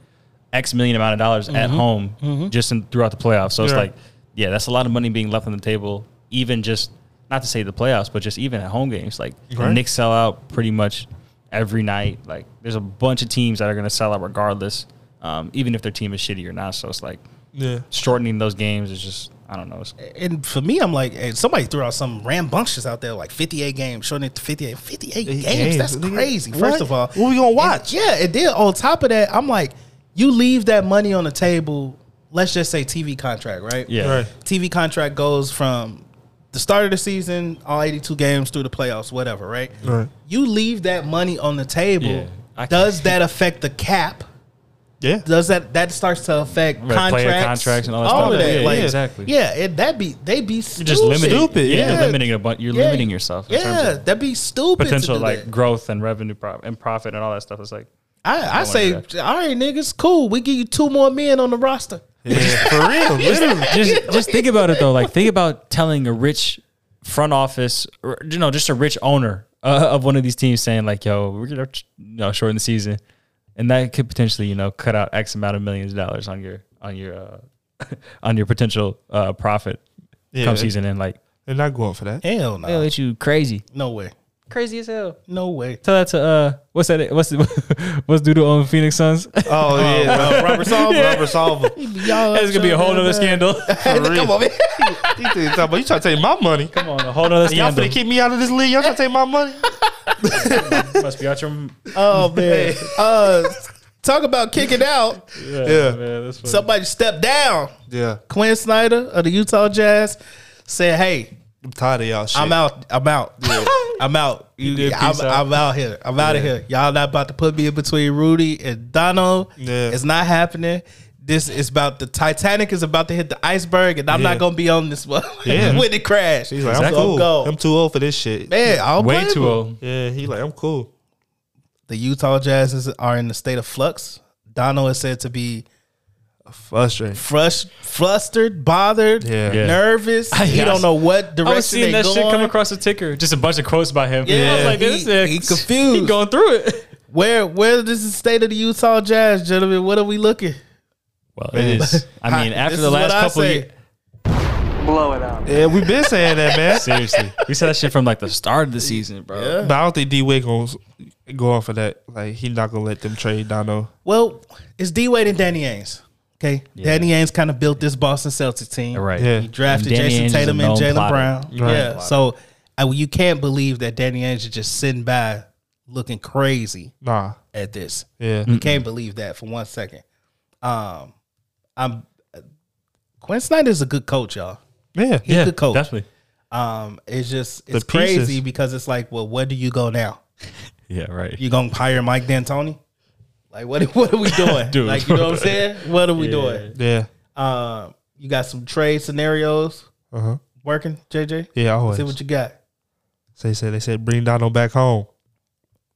X million amount of dollars at home just in, throughout the playoffs. So it's Mm-hmm. Yeah. like, yeah, that's a lot of money being left on the table. Even just not to say the playoffs, but just even at home games, like the Right. Knicks sell out pretty much every night. Like there's a bunch of teams that are going to sell out regardless, um, even if their team is shitty or not. So it's like Yeah, shortening those games is just I don't know. It's, And for me, I'm like, hey, somebody threw out some rambunctious out there, like 58 games, shortening it to 58. 58 games, games, that's nigga. crazy. What? First of all, What we gonna And- watch? yeah, and then on top of that, I'm like, you leave that money on the table. Let's just say TV contract, right? yeah, Right. TV contract goes from the start of the season, all 82 games through the playoffs, whatever, right? Right. You leave that money on the table. Yeah, I- Does that affect the cap? yeah. Does that that starts to affect Right, player contracts, contracts and all that stuff. of that? Yeah, like, yeah, exactly. Yeah, it, that be they be You're stupid. just limiting. Stupid, Yeah, yeah. you're limiting a bunch. You're Yeah. limiting yourself. In yeah, terms of that'd be stupid. potential to do like that. growth and revenue pro- and profit and all that stuff. It's like I, I wanna say, do all that. right, niggas, cool. We give you two more men on the roster. Yeah, for real, literally. just just think about it though. Like think about telling a rich front office, or, you know, just a rich owner uh, of one of these teams saying like, "Yo, we're gonna you know, shorten the season," and that could potentially you know cut out X amount of millions of dollars on your on your uh, on your potential uh, profit Yeah. come season. And like, They're not going for that. Hell no, they'll let you crazy, no way, crazy as hell. no way. Tell that to uh, what's that? What's the, what's dude on Phoenix Suns? Oh yeah, Robert Solver, Robert Solver. Y'all, That's gonna be a whole other scandal. Come on, You man. think- you talking about- you trying to take my money? Come on, a whole other Y'all scandal. finna keep me out of this league? Y'all trying to take my money? Must be out your Oh man. uh, talk about kicking out. yeah. Yeah. man, that's funny. Somebody step down. Yeah, Quinn Snyder of the Utah Jazz said, "Hey, I'm tired of y'all shit. I'm out. I'm out. I'm out. You, did I'm, peace out. I'm out here. I'm out of here. Y'all not about to put me in between Rudy and Dono. Yeah. It's not happening. This is about the Titanic is about to hit the iceberg, and I'm Yeah. not gonna be on this one Yeah. when it crashed. He's like, Exactly. I'm cool. Go. I'm too old for this shit. Man, I'll way too old. Yeah, he like, I'm cool. The Utah Jazz is, are in the state of flux. Dono is said to be Frustrating. Frust- flustered, bothered, Yeah. Yeah. nervous. I- he yeah, I don't s- know what I was direction seeing they that going. shit come across the ticker. Just a bunch of quotes by him. Yeah, I was like, this he- is he confused. He going through it. Where where is the state of the Utah Jazz, gentlemen? What are we looking? Well, it is. I mean, after This the is what last I couple say. years, Yeah, we've been saying that, man. seriously, we said that shit from like the start of the season, bro. But I don't think D Wade gonna s- go off of that. Like he's not gonna let them trade Dono. Well, it's D Wade and Danny Ainge. Okay, Danny Ainge kind of built this Boston Celtics team. Right. Yeah. He drafted And Danny Ainge Jason is a Tatum and known Jalen plotter. Brown. Right. Yeah. So I, you can't believe that Danny Ainge is just sitting by looking crazy Nah. at this. Yeah. You can't believe that for one second. Um, I'm. Quinn Snyder's a good coach, y'all. Yeah. He's a good coach. Oh. definitely. Um, it's just it's The pieces. crazy because it's like, well, where do you go now? Yeah, right. You gonna hire Mike D'Antoni? Like what? What are we doing? Dude. Like you know what I'm saying? What are we doing? Yeah. Um, you got some trade scenarios Uh huh. working, JJ. Yeah. Always. See what you got So they said they said bring Dono back home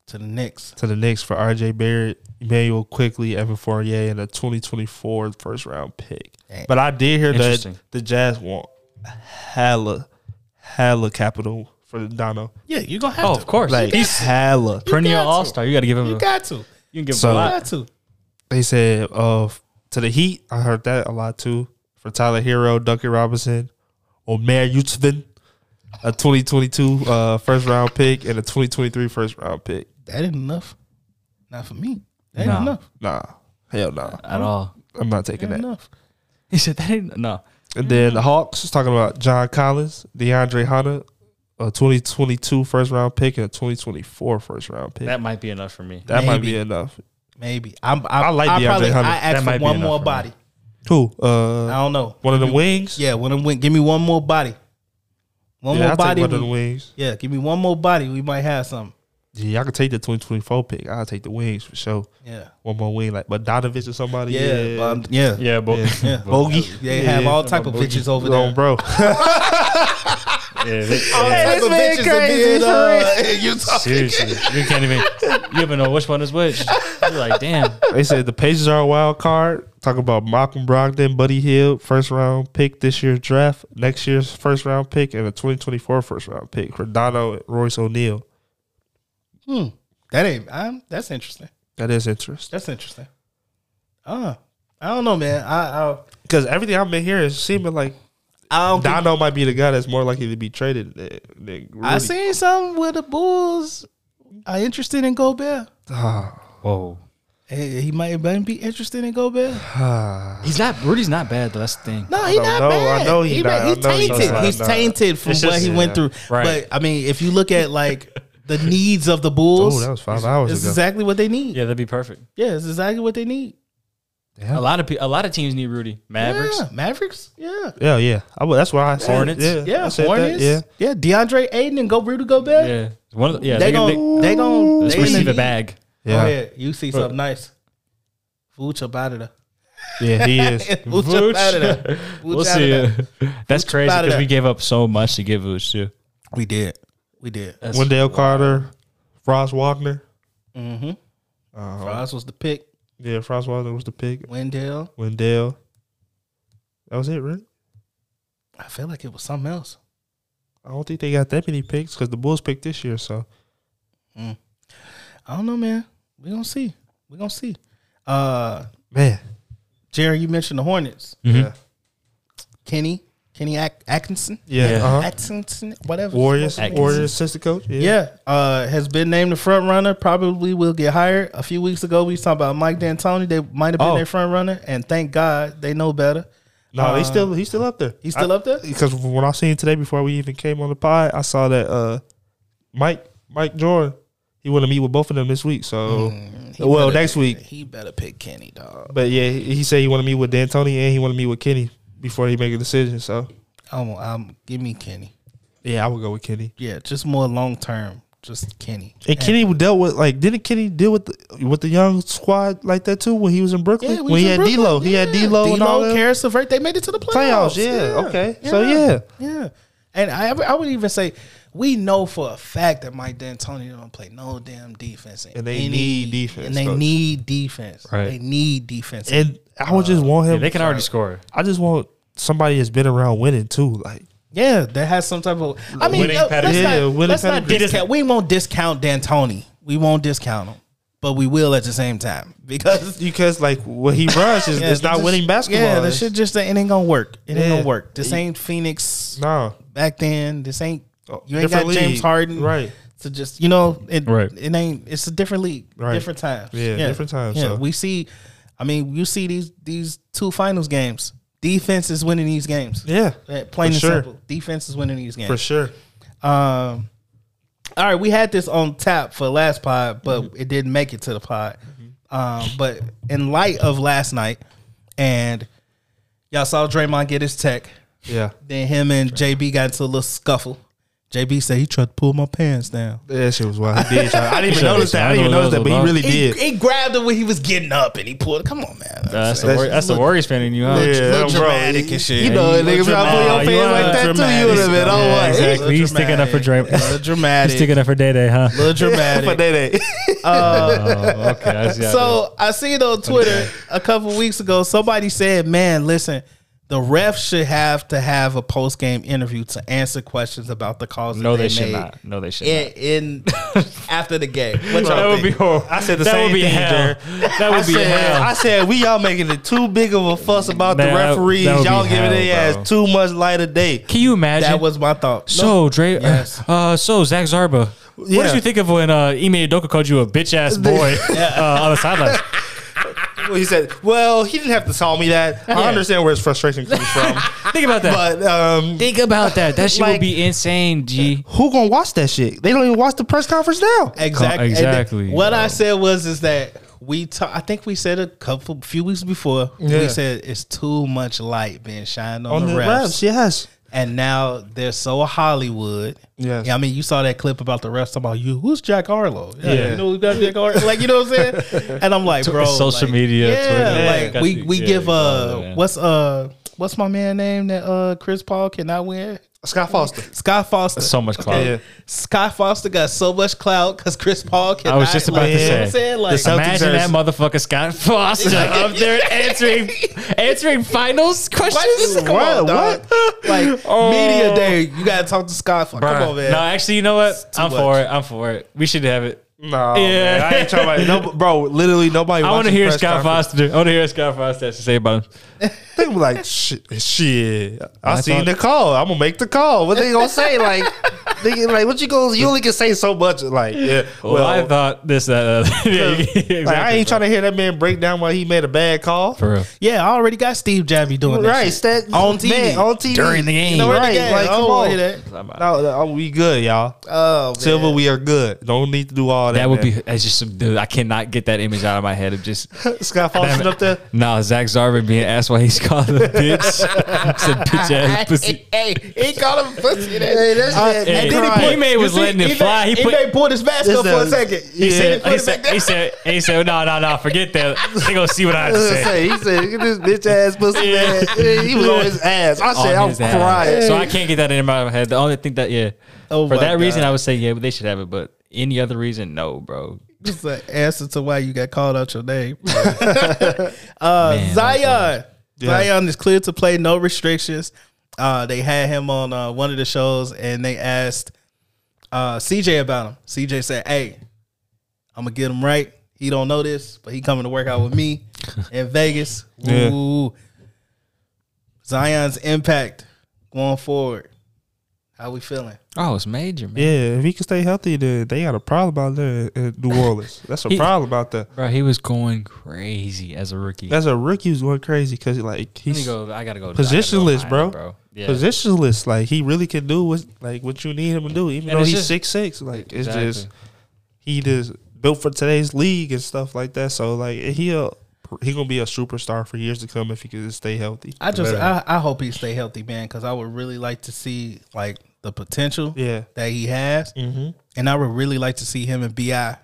to the Knicks. to the Knicks for R.J. Barrett, Emmanuel quickly, Evan Fournier, and a 2024 first round pick. But I did hear that Interesting. the Jazz want hella, hella capital for Dono. Yeah, you gonna have Oh, to. of course. Like he's hella. perennial got to. all star. You got to give him. You a, got to. you can give So- him a You lot. got to. They said uh to the Heat. I heard that a lot too. For Tyler Hero, Duncan Robinson, Omer Yutsvin, a 2022 uh, first round pick and a 2023 first round pick. That ain't enough. Not for me. That ain't Nah. enough. Nah, hell nah. At all. I'm not taking That ain't that. enough. He said that ain't no. And then Mm. the Hawks was talking about John Collins, DeAndre Hunter, a 2022 first round pick and a 2024 first round pick. That, That might be enough for me. might maybe. be enough. Maybe I'm. I, I like I DeAndre probably, Hunter. I That asked might for be one enough more for me. body. Who? I Uh, don't know. one of the wings. Yeah, one of them win. Give me one more body. One Yeah, more I'll body. take one of we- the wings. Yeah, give me one more body. We might have something. Yeah, I could take the 2024 pick. I'll take the wings for sure. Yeah. One more wing, like Bogdanovich or somebody. Yeah. um, yeah. Yeah, but yeah, Yeah. Bogey. They have all type of bitches over there. Oh, bro. they- Type of bitches to be in, uh, in Utah. seriously, you can't even. You even know which one is which. You're like, damn. they said the Pacers are a wild card. Talk about Malcolm Brogdon, Buddy Hill, first round pick this year's draft, next year's first round pick, and a 2024 first round pick for Dono and Royce O'Neal. That ain't. I'm, that's interesting. That is interesting That's interesting. Uh, I don't know, man. I I, because everything I've been hearing is seeming like I don't. Think, Dono might be the guy that's more likely to be traded than, than I Rudy. seen some with the Bulls. Are interested in Gobert. Whoa. Hey, he might even be interested in Gobert. He's not. Rudy's not bad though. That's the thing. No, he I not don't know. bad. I know he he not. ba- I he's know he tainted. not. he's Nah. tainted from It's what just- he went through. Right. But I mean, if you look at like the needs of the Bulls, Oh, that was five hours it's ago. exactly what they need. Yeah, that'd be perfect. Yeah, it's exactly what they need. A lot of pe- a lot of teams need Rudy. Mavericks. Yeah, Mavericks. Yeah. yeah, yeah. I, would- that's why I said Hornets? Yeah, I Yeah, said that, Hornets. Yeah, yeah, DeAndre Aiden and Go Rudy Gobert. Yeah. One of the, yeah. They They, they, gon' they gon' let's they receive need- a bag. yeah, Oh, yeah. You see something nice. Vooch up out of there. yeah. He is. Vooch up out of there. Vooch We'll outta see. there. That's crazy outta because there. we gave up so much to give Vooch too. We did. We did. That's- Wendell Carter, Frost Wagner. Ross Mm-hmm. was the pick. Yeah, Frost Wagner was the pick. Wendell. Wendell. That was it, right? I feel like it was something else. I don't think they got that many picks because the Bulls picked this year. So I don't know, man. We're gonna see. We're gonna see. Uh man, Jerry, you mentioned the Hornets. yeah, Kenny, Kenny Ack- Atkinson, yeah. Yeah. Uh-huh. Atkinson, whatever. Warriors, Atkinson. Warriors assistant coach. Yeah, Yeah, uh, has been named the front runner. Probably will get hired. A few weeks ago, we was talking about Mike D'Antoni. They might have been Oh. their front runner, and thank God they know better. no, they still he's still up there. He's still up there. because when I seen today before we even came on the pod, I saw that uh, Mike Mike Jordan he want to meet with both of them this week. So Mm, well better- next week, He better pick Kenny, dog. but yeah, he he said he want to meet with D'Antoni and he want to meet with Kenny before he make a decision. So I'm, I'm give me Kenny. yeah, I would go with Kenny. Yeah, just more long term. Just Kenny. And Kenny dealt with like didn't Kenny deal with the, with the young squad like that too when he was in Brooklyn? we when was he in had Brooklyn. D'Lo, he had Yeah. D'Lo and all D'Lo, them. Karis LeVert. They made it to the playoffs. playoffs. Yeah, okay. So yeah, Yeah. And I, I would even say we know for a fact that Mike D'Antoni don't play no damn defense, in And they any- need defense, and they coach. need defense. Right. They need defense. and I would just want him. Uh, Yeah, they can already score. I just want somebody that's been around winning too. Like Yeah, that has some type of. I mean, Winning uh, let's pedigree. Yeah, not, winning let's not pedigree. He discount. We won't discount D'Antoni. We won't discount him, but we will at the same time because because like what he runs is, yeah, is you not just- winning basketball. Yeah, that shit just ain't, it ain't gonna work. It ain't Yeah. gonna work. This ain't Phoenix Nah, back then. This ain't you ain't Oh, different got James league. Harden. Right. So just you know, it Right. it ain't. It's a different league, Right. different times. Yeah, different times, Yeah, so. we see. I mean, you see these these two finals games. Defense is winning these games. Yeah, Yeah, plain For and sure. simple. Defense is winning these games. for sure. Um, all right, we had this on tap for last pod, but Mm-hmm. it didn't make it to the pod. Um, but in light of last night, and y'all saw Draymond get his tech, Yeah, then him and JB got into a little scuffle. JB said he tried to pull my pants down. that shit was wild. He did. try- I didn't even Sure, notice that. I didn't even I know notice that, that but he was really He, did. he grabbed him when he was getting up, and he pulled. Come on, man. Uh, that's, the, wor- that's the Warriors fan in you, huh? Yeah, Look that bro, dramatic and shit. You know, Yeah, nigga, you if y'all put dramatic. your You pants like are that too, you would have been on Yeah, what? exactly. He's sticking up for Draymond. Little dramatic. He's sticking up for Day Day, huh? Little dramatic. But they they- Oh, okay. I see how it So I seen on Twitter a couple weeks ago, somebody said, "Man, listen, the ref should have to have a post game interview to answer questions about the calls." is. that no, they they, should made not. No, they should not. In, in after the game, what y'all That would be think? horrible. I said the that same would be thing, hell. Jared. That would be hell. I said we y'all making it too big of a fuss about the Man, that- referees. that would be y'all giving hell, their bro. ass too much light of day. Can you imagine? that was my thought. so Dre. Yes. Uh, so Zach Zarba. What Yeah. did you think of when uh, Ime Udoka called you a bitch ass boy uh, on the sideline? Well, he said, "Well, he didn't have to tell me that. I understand where his frustration comes from, Think about that. but um, Think about that. That shit Like- would be insane, G. who gonna watch that shit? They don't even watch the press conference now. Exactly. And Exactly, then What I bro. said was is that we ta- I think we said a couple few weeks before Yeah. we said it's too much light being shined on, On the refs, yes, and now they're so Hollywood. Yes. Yeah, I mean, you saw that clip about the refs talking about you. Who's Jack Harlow? Yeah, Yeah. you know who got Jack Harlow. Like you know what I'm saying? And I'm like, bro, social like, media, Twitter. yeah, Yeah, like we got you. we Yeah, give you follow uh that, yeah. what's uh what's my man name that uh Chris Paul cannot win? Scott Foster. Scott Foster. So much clout. Yeah. Scott Foster got so much clout because Chris Paul cannot. I was just about like, to you know what say. I'm saying? Like, Celtics Imagine are- that motherfucker Scott Foster up there answering answering finals questions. Come on, dog. Like Oh. media day, you gotta talk to Scott. Foster. Come on, man. No, actually, you know what? I'm much. for it. I'm for it. We should have it. No, Yeah. man, I ain't talking about no, bro. Literally, nobody. I want to watches hear press Scott conference. Foster. I want to hear what Scott Foster has to say about him. They were like, shit, shit. I, I seen thought- the call. I'm gonna make the call. What they gonna say? Like, they, like what you gonna? You only can say so much. Like, yeah. Well, I thought this. Uh, yeah, exactly, like, I ain't bro. trying to hear that man break down why he made a bad call. For real. Yeah, I already got Steve Jabby doing that. Right, shit. stat, On TV. man, on TV During the game. You know, During the right? game. Like, I come don't wanna on. hear Oh, No, no, we good, y'all. Oh, man. Silver, we are good. Don't need to do all that. That would man. be. It's just. some- Dude, I cannot get that image out of my head of just. Scott Foster up there. Nah, Zach Zarvin being asked why he's called a bitch. Said bitch ass pussy. Hey, he called him pussy. Hey, that's that. Hey, Ime was letting it fly. He put. may pulled his mask This up for a is- second. He yeah. said, put he it said, back he said, he said, no, no, no, forget that. They gonna see what I have to say. Say, he said, "Look at this bitch ass pussy Yeah. man." He was on his ass. I said, on "I'm his ass. crying." So I can't get that in my head. The only thing that, yeah. Oh For my that reason, God. I would say, yeah, but they should have it. But any other reason, no, bro. Just an answer to why you got called out your name. Man, Uh, Zion. Zion is clear to play, no restrictions. Uh, they had him on uh, one of the shows and they asked uh, CJ about him. CJ said, Hey, I'm gonna get him right. He don't know this, but he coming to work out with me in Vegas. Ooh. Zion's impact going forward. How we feeling? Oh, it's major, man. Yeah, if he can stay healthy, then they got a problem out there in New Orleans. That's a He- problem out there. Bro, he was going crazy as a rookie. That's a rookie who's going crazy because like Let me he's go. I gotta go. Positionless, I bro. gotta go Miami, Yeah. positionless. Like he really can do what like what you need him to do, even And though it's he's just- six six. Like it's Exactly. just he just built for today's league and stuff like that. So like he'll he gonna be a superstar for years to come if he can just stay healthy. I just I, I hope he stay healthy, man, because I would really like to see like the potential Yeah. that he has, mm-hmm. and I would really like to see him and Bi and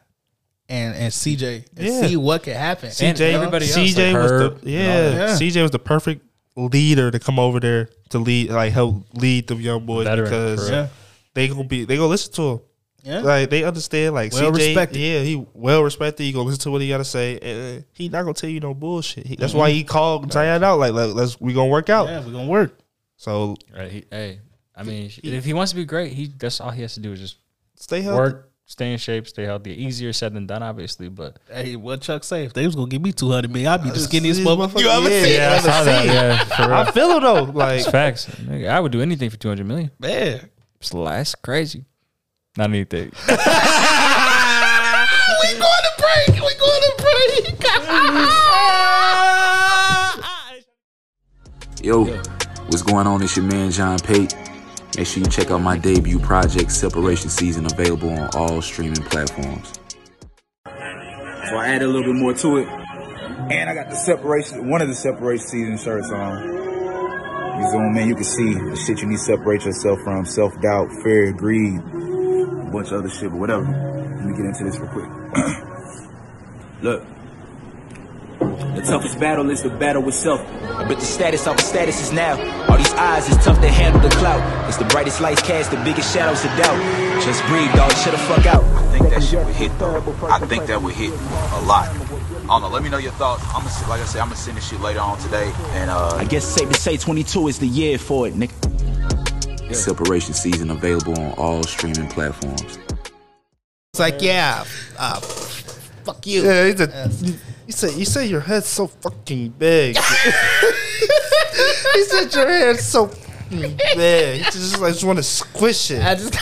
and CJ and Yeah. see what could happen. And CJ, everybody else, CJ like was Herb the and all yeah, that. Yeah. CJ was the perfect leader to come over there to lead, like help lead the young boys Veteran, because correct. they gonna be they gonna listen to him. Yeah. Like they understand, like Well CJ, respected. yeah, he well respected. You gonna listen to what he gotta say, and uh, he not gonna tell you no bullshit. He, that's why he called Zion out. Like, let- let's we gonna work out. Mm-hmm. Yeah, we're gonna work. So Right? He, hey, I mean, if he wants to be great, he that's all he has to do is just stay healthy. work, stay in shape, stay healthy. Easier said than done, obviously, but Hey, what Chuck say? If they was gonna give me two hundred million, I'd be the These skinniest motherfucker you ever yeah, seen. yeah, I saw that. Yeah, for real. I feel it though. Like It's facts. Nigga, I would do anything for two hundred million. Man. It's li- That's crazy. Not anything. we going to break. We going to break. Yo, what's going on? It's your man John Pate. Make sure you check out my debut project, Separation Season, available on all streaming platforms. So I added a little bit more to it. And I got the separation, one of the separation season shirts on. You zoom in, you can see the shit you need to separate yourself from self doubt, fear, greed, a bunch of other shit, but whatever. Let me get into this real quick. Look. The toughest battle is the battle with self. I bet the status off the status is now. All these eyes is tough to handle the clout. It's the brightest lights cast, the biggest shadows to doubt. Just breathe, dog. Shut the fuck out. I think that shit would hit though. I think that would hit a lot. I don't know. Let me know your thoughts. I'm gonna, like I said, I'm gonna send this shit later on today. And uh, I guess it's safe to say 22 is the year for it, nigga. Separation Season, available on all streaming platforms. It's like, yeah, uh, fuck you. yeah, he's a, you say you say your head's so fucking big. he said your head's so fucking big. You just like just want to squish it. I just.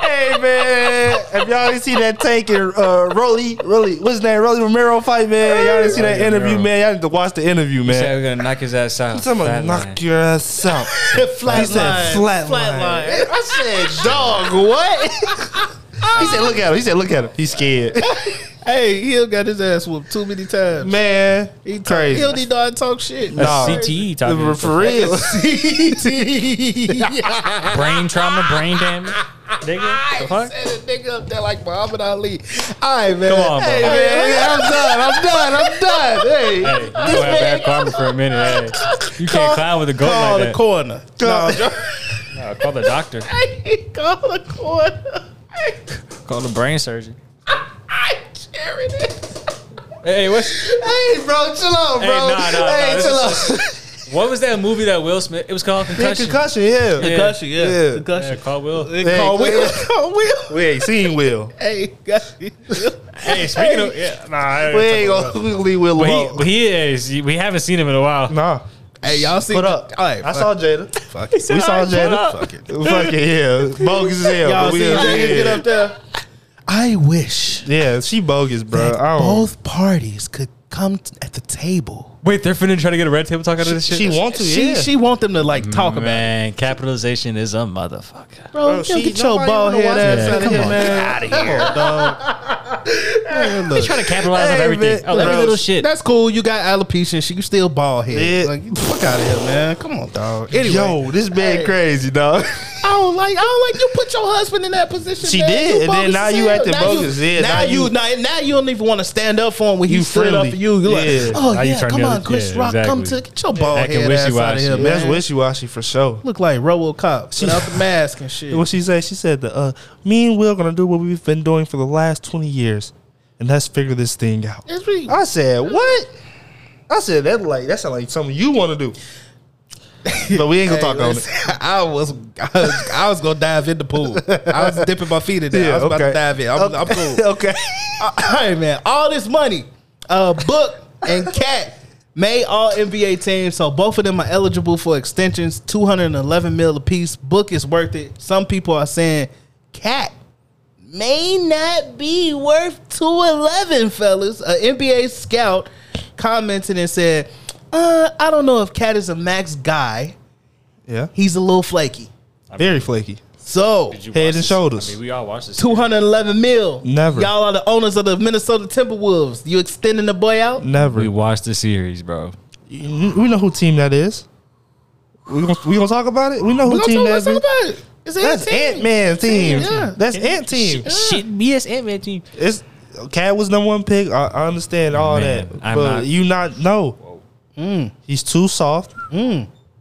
hey man, If y'all didn't see that Tank and uh, Rolly, Rolly, what's his name? Rolly Romero fight, man. Y'all didn't see that interview, man. Y'all need to watch the interview, man. we're gonna knock his ass out. I'm gonna Flatline. knock your ass out. flatline. said flatline. I said, dog, what? he said, "Look at him." He said, "Look at him." He's scared, Hey, Hill got his ass whooped too many times. man. He talk, crazy. Hill need to not talk shit. That's Nah. CTE talking. For- for real. E. brain trauma, brain damage. Nigga, the fuck? That nigga up there like Muhammad Ali. All right, man. Come on, bro. Hey, man. I'm done. I'm done. I'm done. Hey, Hey, you gonna have bad karma for a minute. Hey. You can't clown with a goat call like the that. corner. No, Nah, call the doctor. call the corner. Call the brain surgeon. I'm sharing it. Hey, what's Hey, bro, chill out, Hey, bro. nah, nah, nah. hey, This chill out. is- what was that movie that Will Smith? It was called Concussion. Concussion, yeah. Yeah. Concussion, yeah. Yeah. Yeah, Concussion. call Will. They call Hey, Will. Call Will. We ain't seen Will. Hey, got you. Hey, speaking of yeah, nah, We I already ain't talked about gonna we gonna leave Will that. alone. But he, but he is. We haven't seen him in a while. Nah, Hey, y'all see? put up. All right, I saw Jada. Fuck it. We saw Jada. Fuck it. Fuck it, yeah. Bogus as hell. Y'all but we- see Jada yeah. get up there. I wish Yeah, she bogus, bro. that I don't. both parties could come t- at the table. Wait, they're finna try to get a red table talk out of this shit. She want to, She yeah. she want them to like Mm-hmm. talk about. it. Man, capitalization is a Bro, motherfucker. Bro, you she- get your nobody bald wanna head watch ass that. out of Come here, on, man. get He's trying to capitalize on Hey, everything. man. Oh, every Bro, little shit. That's cool. You got alopecia. and Shit, you still bald head. Yeah. Like, get the fuck out of here, man. Come on, dog. Anyway, Yo, this man Hey. crazy, dog. I don't like. I don't like you put your husband in that position. She man. did, You and then bogus now as you hell. acting bogus. Yeah, now, now you, you- now, now you don't even want to stand up for him when he You stood up friendly. for you. You're like, Yeah. oh Now you yeah, trying to come be on, like- Chris yeah, Rock, come exactly. to get your bald Acting head ass out of wishy-washy. here, Yeah, That's man. wishy washy for sure. Look like RoboCop without the mask and shit. What she said? She said, that, uh, "Me and Will gonna do what we've been doing for the last twenty years, and let's figure this thing out." It's really- I said, "What?" I said, "That like that sound like something you want to do." But we ain't gonna talk on it. listen, I was, I was I was gonna dive in the pool. I was dipping my feet in there. I was about to dive in. I'm, I'm cool. okay. all right, man. All this money, uh, Book and Cat made all NBA teams, so both of them are eligible for extensions. Two hundred and eleven mil apiece. Book is worth it. Some people are saying Cat may not be worth two eleven, fellas. A NBA scout commented and said, uh, "I don't know if Cat is a max guy. Yeah. He's a little flaky." Very flaky. So Did you Head watch and this? shoulders. I mean, we all watched this. 211 mil. Never. Y'all are the owners of the Minnesota Timberwolves. You extending the boy out? We Never. watched the series, bro. We, we know who team that is. We gonna, we gonna talk about it. We know who Don't team talk that about- is. talk about it. It's That's Ant Man team. Yeah. That's Ant team. Shit, BS Ant Man team. It's Cat was number one pick. I, I understand all Man, that, I'm but not- you not no. He's too Mm. soft.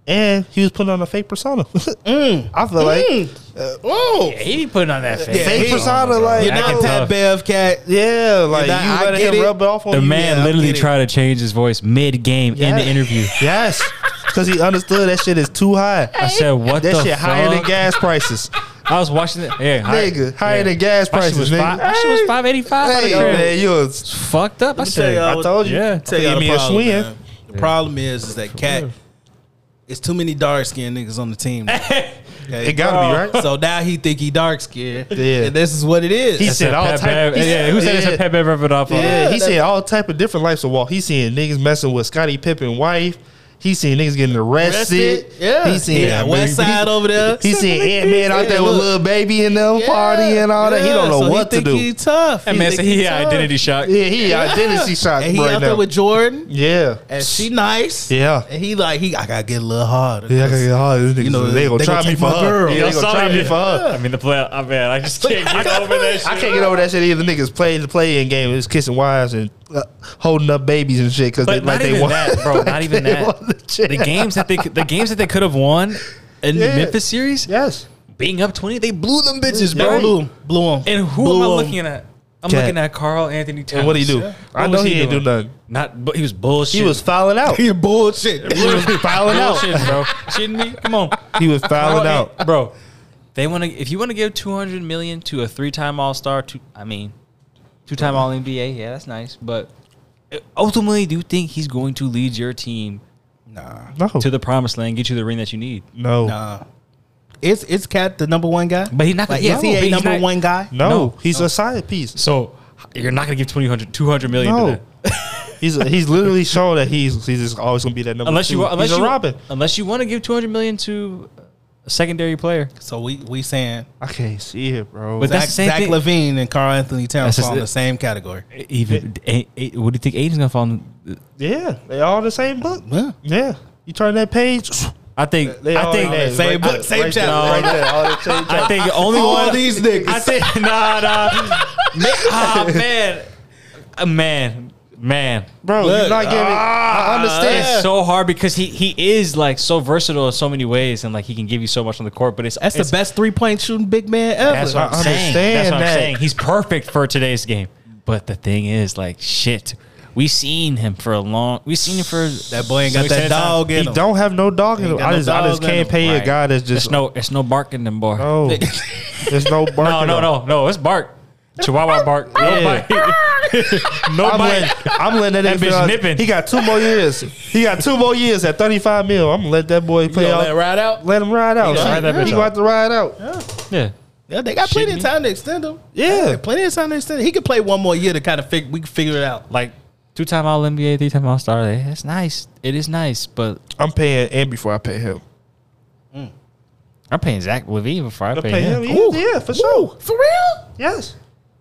and he was putting on a fake persona. I feel like Oh, He be putting on that face. fake he- persona, like You're not yeah, Acting Pat tough. Bev cat. like You're not- you I let get him it. rub it off on The you. man Yeah. literally get it. tried to change his voice mid game in the Yeah. interview. yes, because he understood that shit is too high. I said, "What That the shit fuck?" higher than gas prices, I was watching it. Yeah, high- nigga. Higher yeah. than gas My shit was prices, five- nigga. my shit was five eighty five. Hey, man, you was Fucked up. I tell said, y'all I told you. Yeah. I Tell think you give me a problem, swing. man. The problem is, is that cat. It's too many dark skinned niggas on the team. now. It gotta be right. so now he think he dark skinned. Yeah. And this is what it is. He I said said all Pat type. Bev- he Yeah, who said yeah. it's a Pepe Reverend off? of? Yeah, he that- seen all type of different lives to walk. He seen niggas messing with Scottie Pippen wife. He seen niggas getting arrested. Arrested, yeah. he seen Yeah, West Side over there. He seen Ant Man out there with look. little baby in them party and all that. He don't know so what to think do. He tough. That man think said he had tough. identity shock. yeah, he identity shots And he right out now. there with Jordan. yeah, And she nice. Yeah. And he like he I gotta get a little harder. yeah, I gotta get all these niggas. You know, they gonna they try gonna me take for my her. girl. Yeah, they Y'all gonna saw try me. me for her. I mean, the playoff. I man, I just can't get over that shit. I can't get over that shit either. Niggas playing the play in game is kissing wives and uh, holding up babies and shit because they But like not they even want that, bro. Not even they want that. The, The chick. games that they the games that they could have won in Yeah. the Memphis series, Yes. being up twenty, they blew them bitches, bro. Blew him. Blew him. And who Blew am I him. looking at? I'm Cat. looking at Carl Anthony Towns. And what do he do? I What know was he, ain't do doing? nothing. Not, but he was bullshit. He was fouling out. He bullshit. He was fouling out. bullshit, bro. Shitting me? Come on, He was fouling Bro, out. hey, bro. They want to. If you want to give 200 million to a three-time All Star, two. I mean, two-time All NBA. Yeah, that's nice, but ultimately, do you think he's going to lead your team No, to the promised land, get you the ring that you need? no, Nah. Is is Cat the number one guy? But he's not. Like yeah, is he but a he's number not- one guy? no, No. He's a side piece. So you're not going to give 200, 200 million to No, that. he's he's literally shown that he's he's just always gonna be that number. Unless two. you unless he's you a Robin. unless you want to give 200 million to a secondary player. So we we saying I can't see it, bro. But Zach, that's the same Zach thing. Levine and Carl Anthony Towns That's just fall in it. the same category. Even A- A- what do you think? Aiden's going to fall. In? yeah, they all in the same book. Yeah. Yeah, you turn that page. I think. They I all think. in that. Same Right book, there, same right there, chapter. right there, all that same I chapter. think only All one. these niggas. I think nah, nah. oh, man, Uh, man, man. bro, you're Look, not giving. I understand. It's so hard because he he is like so versatile in so many ways, and like he can give you so much on the court. But it's That's it's- the best three point shooting big man ever. That's what I'm I saying. understand That's what that. I'm saying. He's perfect for today's game. But the thing is, like shit, we seen him for a long. We seen him for That boy ain't got some that extended time. dog in He him. don't have no dog in him. got I no just, I dog just in can't him. pay a Right. guy that's It's just no, it's no barking them boy. Oh, there's no bark. No, in no, him. no, no. It's bark. Chihuahua bark. Yeah. Nobody. Nobody. I'm letting that, nigga That bitch feel- nipping. He got two more years. He got two more years at 35 mil. I'm gonna let that boy play gonna out. let it ride out? Let him ride out. gonna He- ride that bitch he out. gonna have to ride out. Yeah. Yeah, they got plenty of Shitting. time to extend him. Yeah. They got plenty of time to extend. Him. He could play one more year to kind of fig- we can figure it out. Like two time All NBA, three time All Star. That's nice. It is nice, but I'm paying and before I pay him. I'm paying Zach Levine before I I pay, pay him. him. Yeah, yeah, for sure. For real? Yes.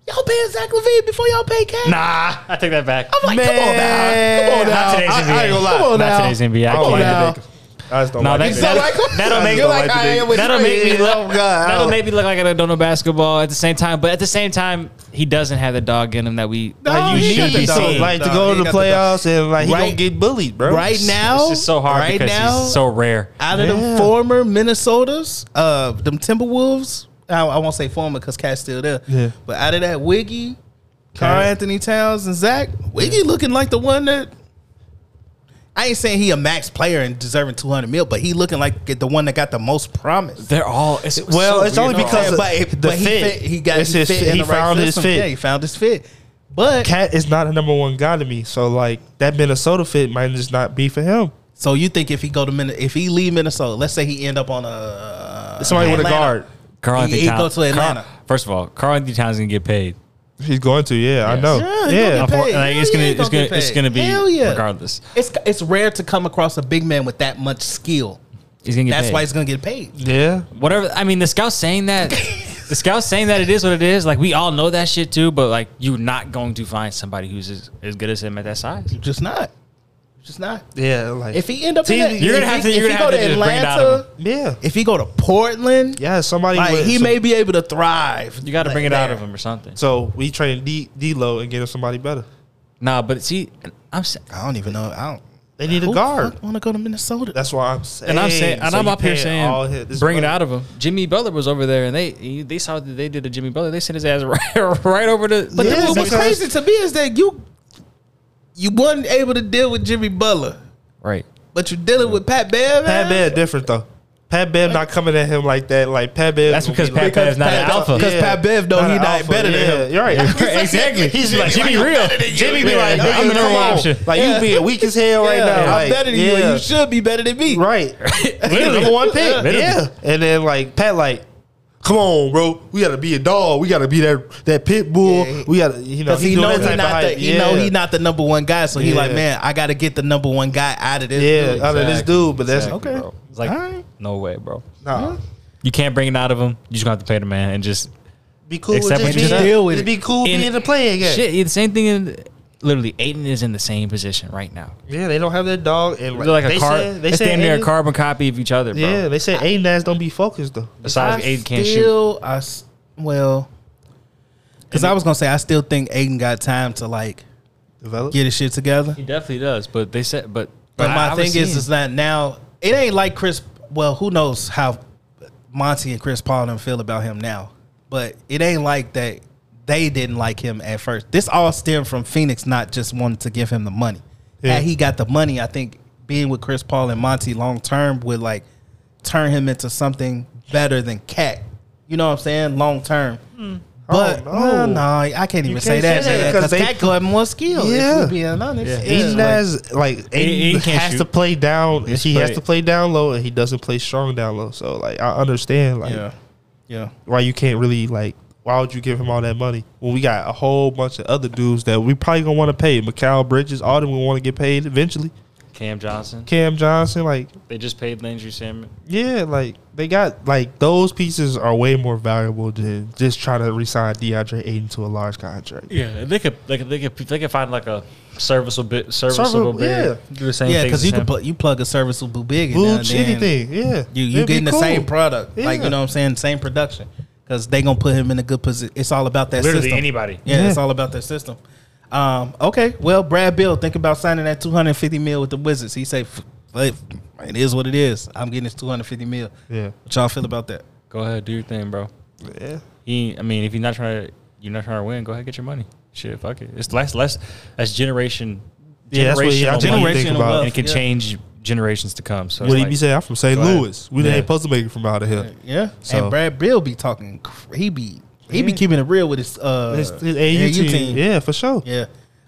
Y'all paying Zach Levine before y'all pay Cat? Nah, I take that back. I'm like, come on now, come on now. Not today's I- NBA. I ain't gonna lie. Come on Not now. today's NBA. I I don't can't. like now. the nigga. I just don't No, like that, the that, nigga. like "Ah, him? that'll make You're like, that'll I am with make me Trey. look Oh, God. that'll make me look like I don't know basketball at the same time. But at the same time, he doesn't have the dog in him that we No, that you he should got be the dog. seeing. like to Nah, go he to the got the dog. playoffs and like he Right. gonna get bullied, bro. Right now, it's just so hard Right because now, he's so rare. out of the Yeah. former Minnesotas, uh, them Timberwolves. I, I won't say former because Cat's still there. Yeah. But out of that Wiggy, Carl Anthony Towns, and Zach, Wiggy looking like the one that. I ain't saying he a max player and deserving two hundred mil, but he looking like the one that got the most promise. They're all it's, Well, so it's weird. only No. because of but, the but he fit. fit. He got It's he his fit fit. in He the right found his system. fit. Yeah, he found his fit. But Cat is not a number one guy to me. So like that Minnesota fit might just not be for him. so you think if he go to Min- if he leave Minnesota, let's say he end up on a Somebody with a Atlanta. guard. Carl He- Anthony he Towns. go to Carl- Atlanta. first of all, Carl Anthony Towns is gonna get paid. He's going to, yeah, I know. Yeah, he yeah. gonna get paid. Like, it's Hell gonna, yeah, he it's gonna gonna, get it's paid. gonna be Hell yeah. regardless. It's it's rare to come across a big man with that much skill. He's gonna get That's paid. why he's gonna get paid. Yeah. whatever. I mean, the scouts saying that, the scouts saying that it is what it is. Like we all know that shit too. But like, you're not going to find somebody who's as, as good as him at that size. Just not. Just not. Yeah, like If he end up in See, that, you're gonna if have he, to- you're if he gonna go to have to just bring it out of Atlanta, Yeah. if he go to Portland, Yeah, somebody like with- he so, may be able to thrive. You got to like bring it out there. of him or something. so we train D D low and get him somebody better. Nah, but see, I'm s- I don't even know. I don't. They need a Who guard. want to go to Minnesota? That's why I'm saying. And I'm saying, and so I'm you up here paying all his- saying, this bring it money. out of him. Jimmy Butler was over there, and they they saw that they did a Jimmy Butler. They sent his ass right, right over to. But then Yeah, what was because- crazy to me is that you you wasn't able to deal with Jimmy Butler, right. but you're dealing with Pat Bev. Pat Bev different though. Pat Bev not coming at him like that. Like Pat Bev. That's gonna because be like- Pat Bev is not an alpha. Because Pat Bev know an he not alpha. better than Yeah, him. You're right. exactly. He's like Jimmy real. Jimmy be Yeah, like, I'm I'm the number one option. Like you being weak as hell right now. I'm Like, better than you, yeah. and you should be better than me. Right. Literally. Number one pick. Literally. Yeah. And then like Pat like, come on, bro. We gotta be a dog. We gotta be that that pit bull. We gotta you know Because he, doing knows that type of he not the hype. he know he not the number one guy, so he Yeah. like, man, I gotta get the number one guy out of this. Yeah, dude. out of this dude, but that's Exactly, okay. bro. It's like, All right. no way, bro. Nah. You can't bring it out of him. You just gonna have to pay the man and just Be cool Except with when just you being, deal with just it. be cool In- being the playing game. shit. The same thing. In, literally, Aiden is in the same position right now. Yeah, they don't have their dog and like, They're like they a car. said, they it's said damn near a Aiden- carbon copy of each other, bro. Yeah, they said Aiden ass don't be focused though. Besides, I Aiden can't shoot. still, I s well, because I was gonna say I still think Aiden got time to like Develop. get his shit together. He definitely does, but they said, but But I- my I was thing is, seeing- is that now it ain't like Chris. Well, who knows how Monty and Chris Paul and feel about him now? But it ain't like that. They didn't like him at first. This all stemmed from Phoenix not just wanting to give him the money. Yeah. Had he got the money, I think being with Chris Paul and Monty long term would like turn him into something better than Cat. You know what I'm saying? Long term. But Oh, no, no. no, I can't even You say can't that say that because 'cause they- Cat got more skill. Yeah. if we being honest. Yeah. It's Aiden like- has like Aiden, Aiden can't has to shoot. play down. Just he has play- to play down low, and he doesn't play strong down low. So like I understand like yeah, yeah. why you can't really like why would you give him all that money when we got a whole bunch of other dudes that we probably gonna want to pay. Mikal Bridges, all them we want to get paid eventually. Cam Johnson. Cam Johnson, like They just paid Landry Salmon. yeah, like they got like those pieces are way more valuable than just trying to resign DeAndre Aiden to a large contract. Yeah, they could, they could, they could, they could find like a serviceable bit, serviceable Serviceable, bid. yeah. Do the same yeah, thing because as you can him. pl- you plug a serviceable big in Blue now and shitty then thing, yeah. You you It'd be getting the cool. same product, like Yeah. you know what I'm saying, same production, because they gonna put him in a good position. It's all about that literally system. anybody. Yeah, it's Yeah. all about that system. Um, okay, well, Brad Bill, think about signing that 250 mil with the Wizards. He say, "F- like, it is what it is. I'm getting this 250 mil. Yeah. What y'all feel about that? Go ahead, do your thing, bro. Yeah. He, I mean, if you're not trying to, you're not trying to win. Go ahead, get your money. Shit, fuck it. It's less, less. That's generation. Yeah, that's what- yeah, generational that's what you money, think Generational about. wealth. and it can Yeah. change generations to come. So What it's he like- be saying? I'm from St. Go ahead. Louis. We Yeah. ain't supposed to make it from out of here. Yeah, So- and Brad Bill be talking. cr- He be he be keeping it real with his uh His, his AU team. yeah, for sure. Yeah.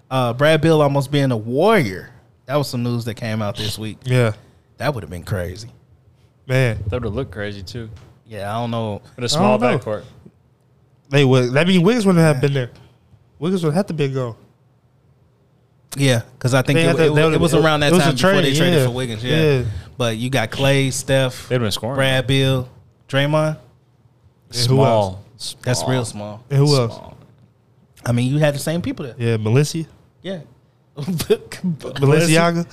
Uh, Brad Bill almost being a warrior. That was some news that came out this week. Yeah, That would have been crazy. man. that would look crazy too. Yeah, I don't know. But a small know. backcourt. They would. That mean Wiggins wouldn't have been there. Wiggins would have to be gone. Yeah, because I think They it, had to- it was- they- it was around that it was a time before they trade, traded yeah. for Wiggins. Yeah. Yeah. But you got Clay, Steph, They'd been scoring. Brad Bill, Draymond. And who else? Small. That's Small. real small. And who else? Small. I mean, you had the same people there. Yeah, Melissa. Yeah. Balenciaga.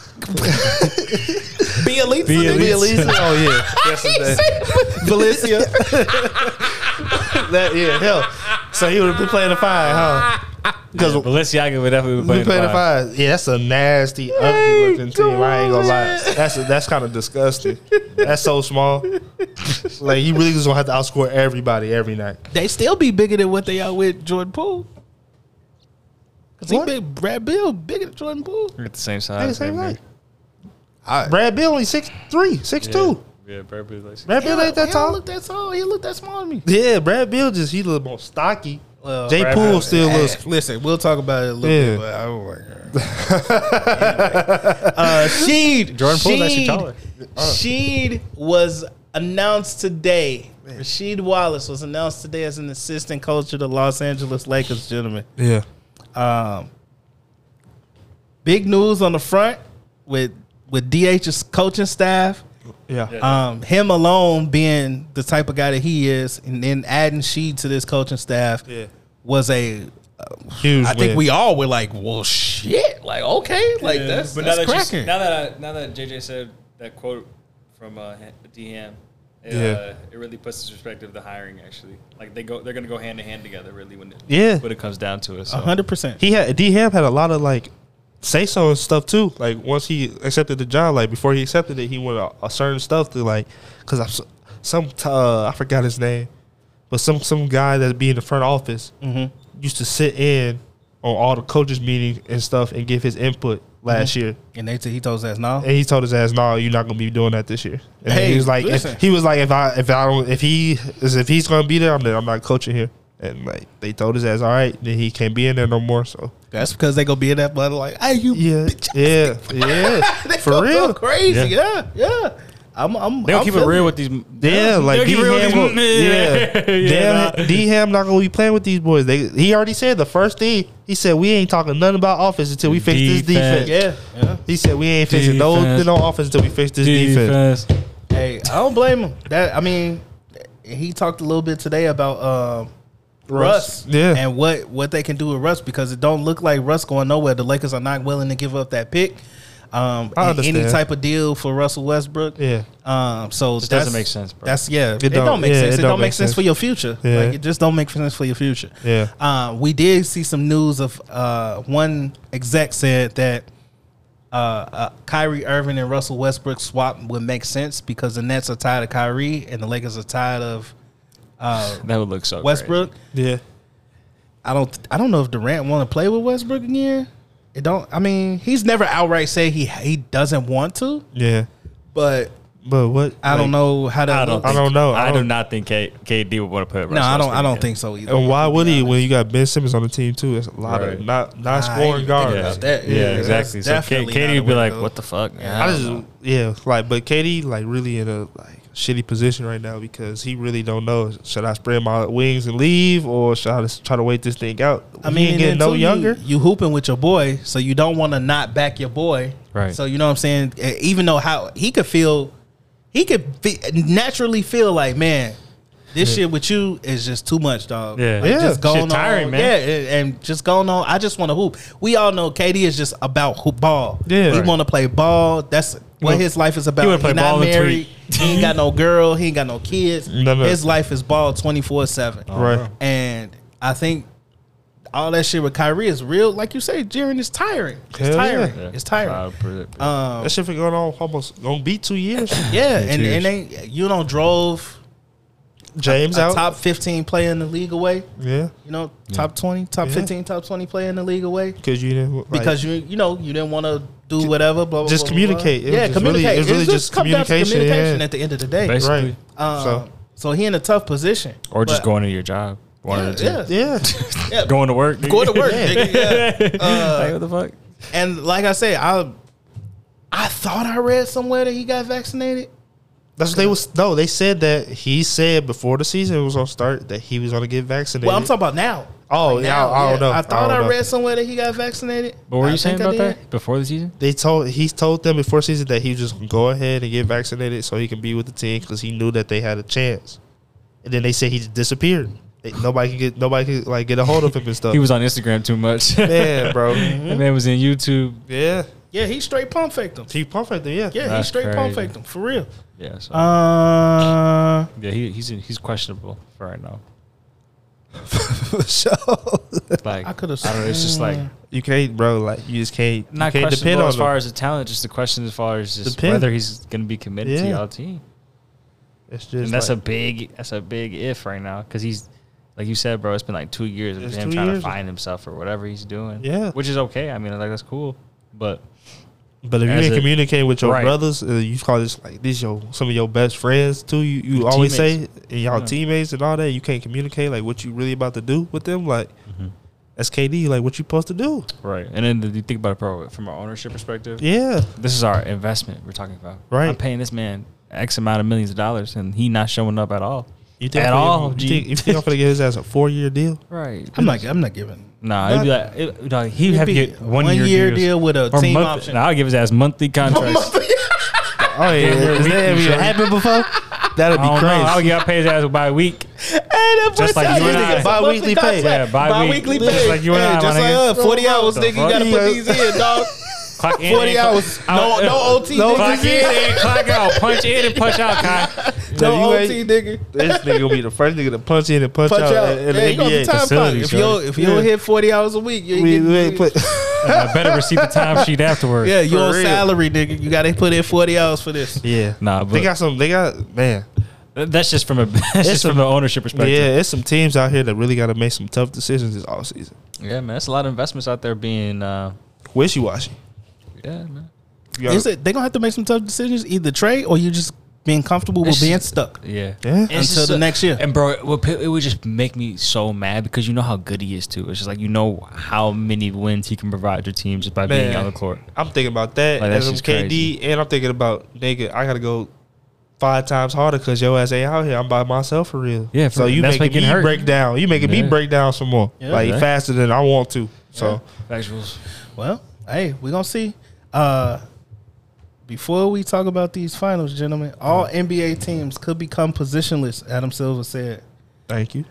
Bielitsa. Bielitsa. Oh yeah. That's his name. Bielitsa. That- yeah. Hell. So he would have been playing the five, huh? Because Balenciaga would definitely be we playing playing the the five. five. Yeah, that's a nasty, ugly looking team. I ain't gonna lie. That's that's kind of disgusting. That's so small. Like you really just gonna have to outscore everybody every night. They still be bigger than what they are with Jordan Poole. Because he What? big, Brad Bill bigger than Jordan Poole. We're at the same They size. the same damn near. height. Brad Bill only six three, six two. Yeah, yeah Brad Bill. Like, Brad Bill ain't that He don't tall. look that tall. He look that small to me. Yeah, Brad Bill just he look more stocky. Well, Jay Brad Poole Bill- still looks. Listen, we'll talk about it a little Yeah. bit, but I don't like her. uh, Sheed. Jordan Poole's actually Sheed- taller. Uh. Sheed was announced today. Rasheed Wallace was announced today as an assistant coach of the Los Angeles Lakers, gentlemen. Yeah, Big news on the front with with DH's coaching staff. yeah, Um, him alone being the type of guy that he is, and then adding Sheed to this coaching staff Yeah. was a Huge. I think win. we all were like, well, shit. Like, okay. Like, that's, But that's now that cracking. You, now that I, now that JJ said that quote from uh, DM, it, Yeah. uh, it really puts into perspective the hiring. Actually, like they go, they're gonna go hand to hand together. Really, when it, Yeah. when it comes down to it. So. 100%. He had D Ham had a lot of like say so and stuff too. Like once he accepted the job, like before he accepted it, he went a, a certain stuff to like because I'm s- some t- uh, I forgot his name, but some some guy that be in the front office Mm-hmm. used to sit in on all the coaches meetings and stuff and give his input last Mm-hmm. year. And they t- he told us that's no. And he told his ass, "No, you're not gonna be doing that this year." And then Hey, he was like, if, listen. "He was like, if I if I don't if he is if he's gonna be there, I'm I'm not coaching here." And like they told his ass, "All right, then he can't be in there no more." So That's because they gonna be in that blood like, hey, you yeah, bitch. yeah, yeah, They for gonna go real. crazy. Yeah, yeah. I'm, I'm. They don't I'm keep it feeling real with these. Yeah, like D keep it real Ham, with gonna- these- yeah, Yeah, Damn, D Ham not gonna be playing with these boys. They he already said the first thing he said we ain't talking nothing about offense until we fix this Defense. defense. Yeah, yeah. He said we ain't fixing no Defense. no offense until we fix this defense. Defense. Hey, I don't blame him. That I mean, he talked a little bit today about um Russ, Yeah. and what what they can do with Russ because it don't look like Russ going nowhere. The Lakers are not willing to give up that pick. Um, I and any understand. type of deal for Russell Westbrook. Yeah. Um, so Just that's- doesn't make sense, bro. That's yeah. It, don't, don't- make yeah, sense. It, don't, make sense. for your future. Yeah. Like it just don't make sense for your future. Yeah. Um, we did see some news of uh, one exec said that uh, uh, Kyrie Irving and Russell Westbrook swap would make sense because the Nets are tired of Kyrie and the Lakers are tired of that would look so. Westbrook. Yeah, I don't. I don't know if Durant want to play with Westbrook again. It don't. I mean, he's never outright say he he doesn't want to, yeah, but but what? I don't like, know how to. I don't. I think- don't know. I I, do don't- not think K, KD would want to put. No, I don't. I don't think so either. And why would he when you got Ben Simmons on the team too? That's a lot Right. of not not I scoring didn't think guards. Yeah, about that. yeah, Yeah, exactly. that's So K, definitely not KD a would be way to like, go. "What the fuck?" Yeah, I just yeah, like but Katie like really in a like shitty position right now because he really don't know should I spread my wings and leave or should I just try to wait this thing out? I mean, he ain't and getting then no too, you- younger. You, hooping with your boy, so you don't want to not back your boy. Right. So you know what I'm saying. E- Even though how he could feel, he could fe- naturally feel like, man, this shit with you is just too much, dog. Yeah. Like, Yeah. Just going Shit tiring, on, man. yeah, and- and just going on. I just want to hoop. We all know KD is just about hoop ball. Yeah. He Right. want to play ball. That's what wanna- his life is about. wanna play not ball and married. He ain't got no girl. He ain't got no kids. No, no. His life is ball twenty four seven. Right. And I think all that shit with Kyrie is real. Like you say, Jaren is tiring. It's Hell yeah. tiring. It's tiring. Um, That shit been going on almost gonna be two years. yeah, and, and they you know drove James a out. top fifteen player in the league away. Yeah, You know, top twenty, top Yeah. fifteen, top twenty player in the league away because you didn't like, because you you know you didn't want to do whatever. Blah, blah, just blah, blah, blah. communicate. It was Yeah, just really- communicate. it was really just just come down to communication, yeah. at the end of the day. Basically. right. Um, so. so he in a tough position. or just But- going to your job. One of the two. Yeah, yeah. yeah, Going to work. Go to work. nigga, yeah. Uh, like, what the fuck? And like I said, I I thought I read somewhere that he got vaccinated. that's what they was. No, they said that he said before the season was gonna start that he was gonna get vaccinated. Well, I'm talking about now. Oh Like yeah, now, I, I don't yeah. know. I thought don't I, know. read somewhere that he got vaccinated. What were I you saying think I about did. that before the season? They told he told them before season that he was just gonna go ahead and get vaccinated so he can be with the team because he knew that they had a chance. And then they said he just disappeared. They- nobody could get nobody could like get a hold of him and stuff. He was on Instagram too much. man, bro. That man was in YouTube. Yeah, Yeah, he straight pump faked him. he perfect. Yeah, Yeah, That's he straight pump crazy. faked him for real. Yeah, so, Um, Uh, yeah, he, he's he's questionable for right now. so Like I coulda don't know. It's just like you can't, bro. Like you just can't. not you can't depend questionable on as far him. as the talent. Just the question as far as just Depend. whether he's going to be committed to Yeah. y'all team. It's just And that's like- a big that's a big if right now because he's like you said, bro. It's been like two years of It's him two trying to years. find himself or whatever he's doing. Yeah. which is okay. I mean, like that's cool, but But if you as ain't a- communicating with your right. brothers, uh, you call this like this your some of your best friends too. You you always teammates. say and y'all teammates and all that. You can't communicate like what you really about to do with them. Like that's KD. Like what you supposed to do? right. And then the, you think about it, bro, from an ownership perspective. Yeah, this is our investment we're talking about. Right. I'm paying this man X amount of millions of dollars, and he not showing up at all. you think at I'm finna- all? You G. think, you think I'm gonna give his ass a four year deal? right? I'm not. I'm not giving. Nah, it'd be like it, no, he'd It'd have to be get one, one year, year deals. deal with a Or team month- option. Nah, I'll give his ass monthly contracts. Oh yeah, has that we- we ever sure- happened before? That'd I don't be know. I'll crazy. get I'll pay his ass by week. Just like you and I. Bi-weekly pay. Yeah, Bi-weekly bi-weekly. pay. Just like you and Hey, I, my just like nigga. us, 40 hours, The nigga. You fuck? got to put these in, dog. Clock in 40 and clock- hours. out. No, no OT, No Clock nigga. in and clock out. Punch in and punch out, Kai. No You ain't- OT, nigga. This nigga gonna be the first nigga to punch in and punch, Punch out, out. in in Yeah, you the gonna be NBA. time clock. facilities, If you right? if you don't Yeah. hit forty hours a week, you ain't We, getting we ain't put, And I better receive the timesheet afterward. Yeah, you For on real. salary, nigga. You gotta put in forty hours for this. Yeah. Nah, they but- got some. They got man. That's just from a that's just a- from an ownership perspective. Yeah, it's some teams out here that really got to make some tough decisions this offseason. Yeah, man. That's a lot of investments out there being. Uh, Wishy washy. yeah, man. Is it they gonna have to make some tough decisions, either trade or you just being comfortable with It's- being stuck. Yeah. Yeah. It's Until the so- next year. And bro, it would, pi- it would just make me so mad because you know how good he is too. It's just like you know how many wins he can provide your team just by being Man. on the court. I'm thinking about that Like, that's as I'm just KD, Oh, crazy. and I'm thinking about nigga. I gotta go five times harder because your ass ain't out here. I'm by myself for real. Yeah, for so real. you That's making making me hurt. break down. You making Yeah. me break down some more, like Yeah. faster than I want to. So Factuals. Well, hey, we're gonna see. Uh before we talk about these finals, gentlemen, all NBA teams could become positionless, Adam Silver said. thank you.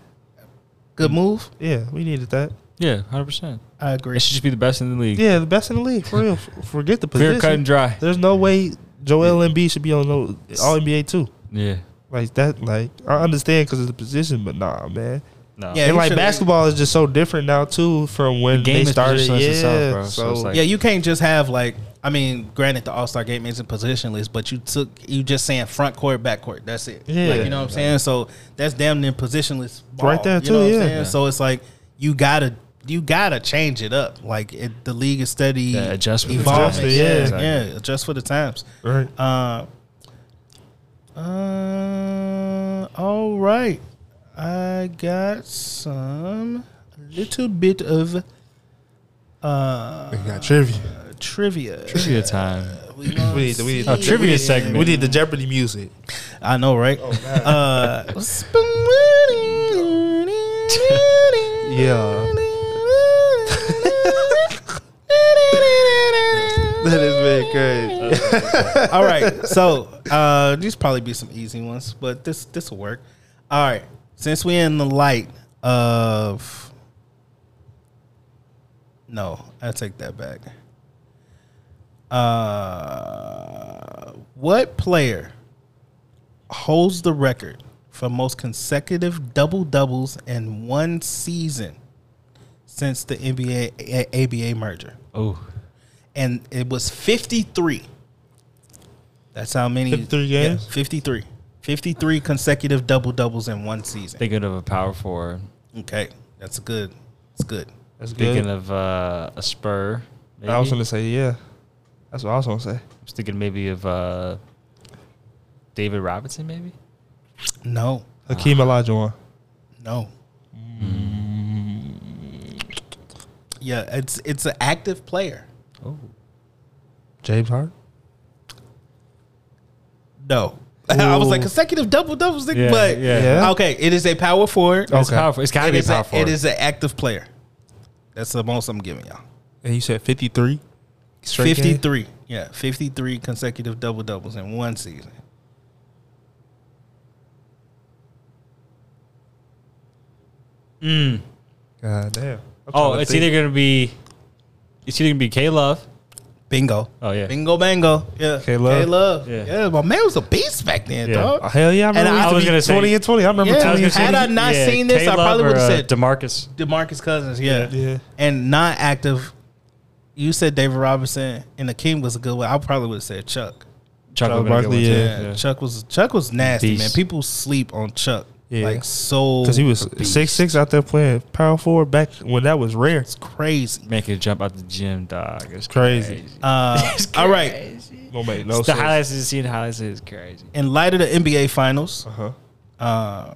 Good move. Yeah, we needed that. Yeah, hundred percent. I It agree. should just be the best in the league. Yeah, the best in the league for real. F- Forget the Clear position. cut and dry. There's no way Joel Embiid should be on no All NBA too. Yeah. Like that. Like I understand because of the position, but nah, man. No. Yeah, and he like should've- basketball is just so different now too from when The game they is started. Yeah, positionless itself, bro, so so, it's like- Yeah, you can't just have like I mean, granted the All Star game isn't positionless, but you took you just saying front court, back court. That's it. Yeah. Like, you know what I'm saying? So that's damn near positionless. ball, Right there, you too, know what I'm yeah. saying? So it's like you gotta you gotta change it up. Like it, the league is steady Yeah, adjust with the evolving. times. yeah, Yeah, exactly. yeah, adjust for the times. right. Uh, uh, all right. I got some little bit of uh got trivia. trivia. Trivia time. We gonna We need the- we need see. the- Oh, trivia we- segment. We need the Jeopardy music. Oh, I know, right? uh, Yeah. That is very Uh, crazy. All right. So uh, these probably be some easy ones, but this this will work. All right. Since we're in the light of no, I take that back. Uh, what player holds the record for most consecutive double doubles in one season since the NBA A- ABA merger? Oh. and it was 53. That's how many 53 yeah, games? 53. 53 consecutive double doubles in one season. Thinking of a power forward. Okay. That's good. It's good. That's Thinking good. of uh, a spur. Maybe. I was gonna say yeah. That's what I was gonna say. I was thinking maybe of uh, David Robinson, maybe. No. Hakeem Olajuwon. No. Yeah, it's it's an active player. Oh. James Hart. No. I was like Ooh. consecutive double doubles, nigga, Yeah, but yeah. Yeah. okay, it is a power forward. It's powerful. It's gotta It be is a- powerful. it is an active player. That's the most I'm giving y'all. And you said fifty three. 53. Yeah, 53 consecutive double doubles in one season. God damn. I'm Mm. Oh, trying to it's think. either gonna be, it's either gonna be K Love. Bingo. Oh yeah. Bingo bango. Yeah. K-Love. K-Love. Yeah. Yeah. my man was a beast back then, Yeah. dog. Oh, hell yeah! I, remember I we used to was be gonna say- twenty and twenty. I remember Yeah. twenty and was gonna twenty. Had I not seen this, I probably would've said- uh, Demarcus. DeMarcus Cousins, yeah. Yeah. And not active. You said David Robinson and the King was a good one. I probably would have said Chuck. Chuck Charles would've been a good Barkley, one, too. Yeah. Chuck was Chuck was nasty, Beast. man. People sleep on Chuck. Yeah. Like so Because he was six six out there playing power forward back when that was rare. crazy. Make it jump out the gym, dog. It's Crazy. Uh, all right. No make the no sense. highlights is seeing highlights is crazy. In light of the NBA finals, Uh-huh. Uh,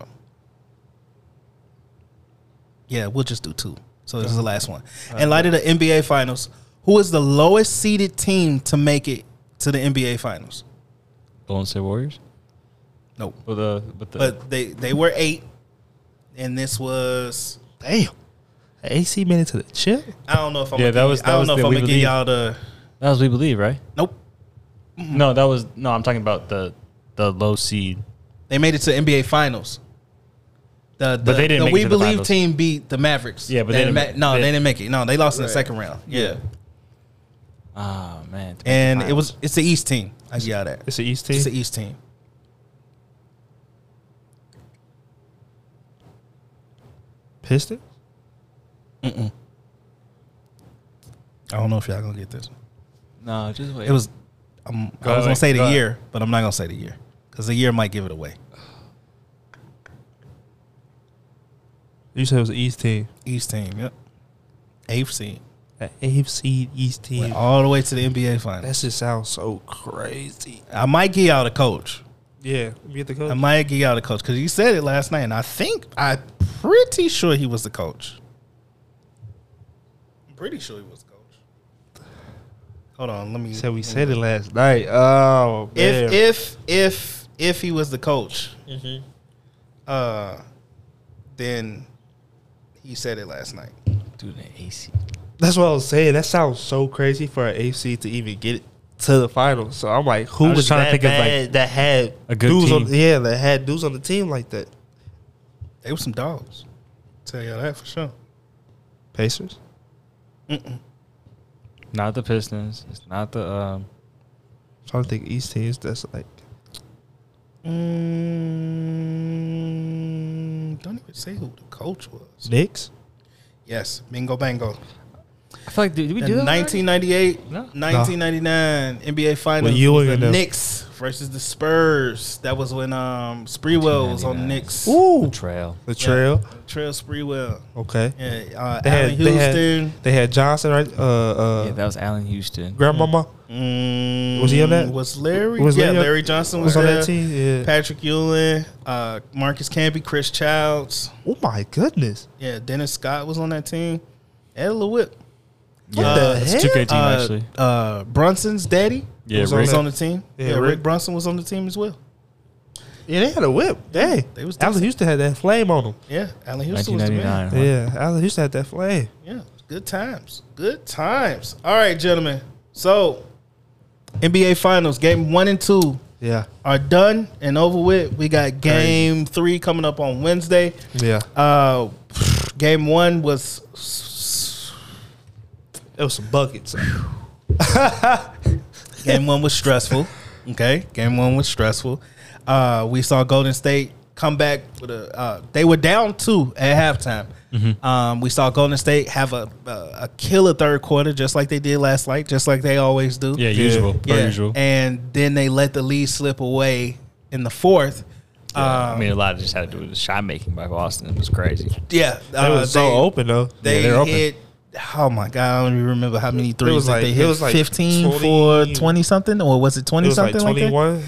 yeah, we'll just do two. So this is the last one. In light of the NBA Finals, who is the lowest seeded team to make it to the NBA Finals? Golden State Warriors. Nope. With the with the But they they were eight, and this was Damn. AC made it to the chip. I don't know if I'm Yeah, gonna that give- was- I that don't was know if the I'm We gonna give Believe. y'all the that was we believe right. nope. No, that was no. I'm talking about the the low seed. They made it to NBA Finals. The, the, But they didn't the make it We to the Believe finals. team beat the Mavericks. Yeah, but they didn't- ma- no, they, they- didn't make it. No, they lost in the second round. Yeah, Oh man. to make and the it was it's the East team. I give y'all that. It's the East team. It's the East team. E- Pistons. I don't know if y'all gonna get this. one. No, just wait. It was. I'm, I was gonna ahead, say go the ahead. year, but I'm not gonna say the year because the year might give it away. You said it was the East team. East team, yep. Eighth seed. An eighth seed East team. Went all the way to the NBA that finals. just sounds so crazy. I might give y'all the coach. Yeah, we get the I coach. might give y'all the coach because you said it last night, and I think I'm pretty sure he was the coach. I'm pretty sure he was the coach. Hold on, let me. said we said it last night. Oh, man. if if if if he was the coach, Mm-hmm. uh, then he said it last night. Dude, the AC. that's what I was saying. That sounds so crazy for an eighth seed to even get it to the finals. So I'm like, who I was, was just trying to think of, like, of like that had a good dudes on, team. yeah that had dudes on the team like that? They were some dogs. Tell y'all that for sure. Pacers. Not the Pistons. It's not the. Um, I'm trying to think of East teams that's like Mm, don't even say who the coach was. Knicks. Yes, bingo bango. I feel like, did we The do that? 1998, No. 1999 NBA Finals. When Ewing was the and them. Knicks versus the Spurs. That was when um Spreewell was on the Knicks. The Ooh, trail. the trail. Trail Spreewell. Okay. Yeah, uh, They had, Allen they Houston. had they had Johnson right. Uh, uh Yeah, that was Allen Houston. grandmama Mm, Was he on that? Was Larry? Was yeah, Larry Larry, on- Johnson was, was on there. that team. Yeah. Patrick Ewing, uh, Marcus Camby, Chris Childs. oh my goodness. Yeah, Dennis Scott was on that team. Ed LeWitt. What the It's a hell? 2K team, Uh, actually. uh, Brunson's daddy Yeah, was, Rick. on the team. Yeah, Yeah, Rick. Rick. Brunson was on the team as well. Yeah, they had a whip. Hey, They was Allen decent. Houston had that flame on him. Yeah, Allen Houston was the man. 1999. Yeah, Allen Houston had that flame. Yeah, good times. Good times. All right, gentlemen. So, NBA Finals, game one and two Yeah, are done and over with. We got game three coming up on Wednesday. yeah. Uh, game one was It was some buckets. game one was stressful. Okay, game one was stressful. Uh, we saw Golden State come back with a. Uh, they were down two at halftime. Mm-hmm. Um, we saw Golden State have a, a a killer third quarter, just like they did last night, just like they always do. Yeah, usual. Per Yeah. usual. And then they let the lead slip away in the fourth. I mean, a lot of just had to do with the shot making by Boston. It was crazy. Yeah, It uh, was so they- open though. They they're open. hit. Oh my god! I don't even remember how many threes was that like- they it hit. was like 15 20 for twenty something, or was it It twenty was like something like, that? twenty-one.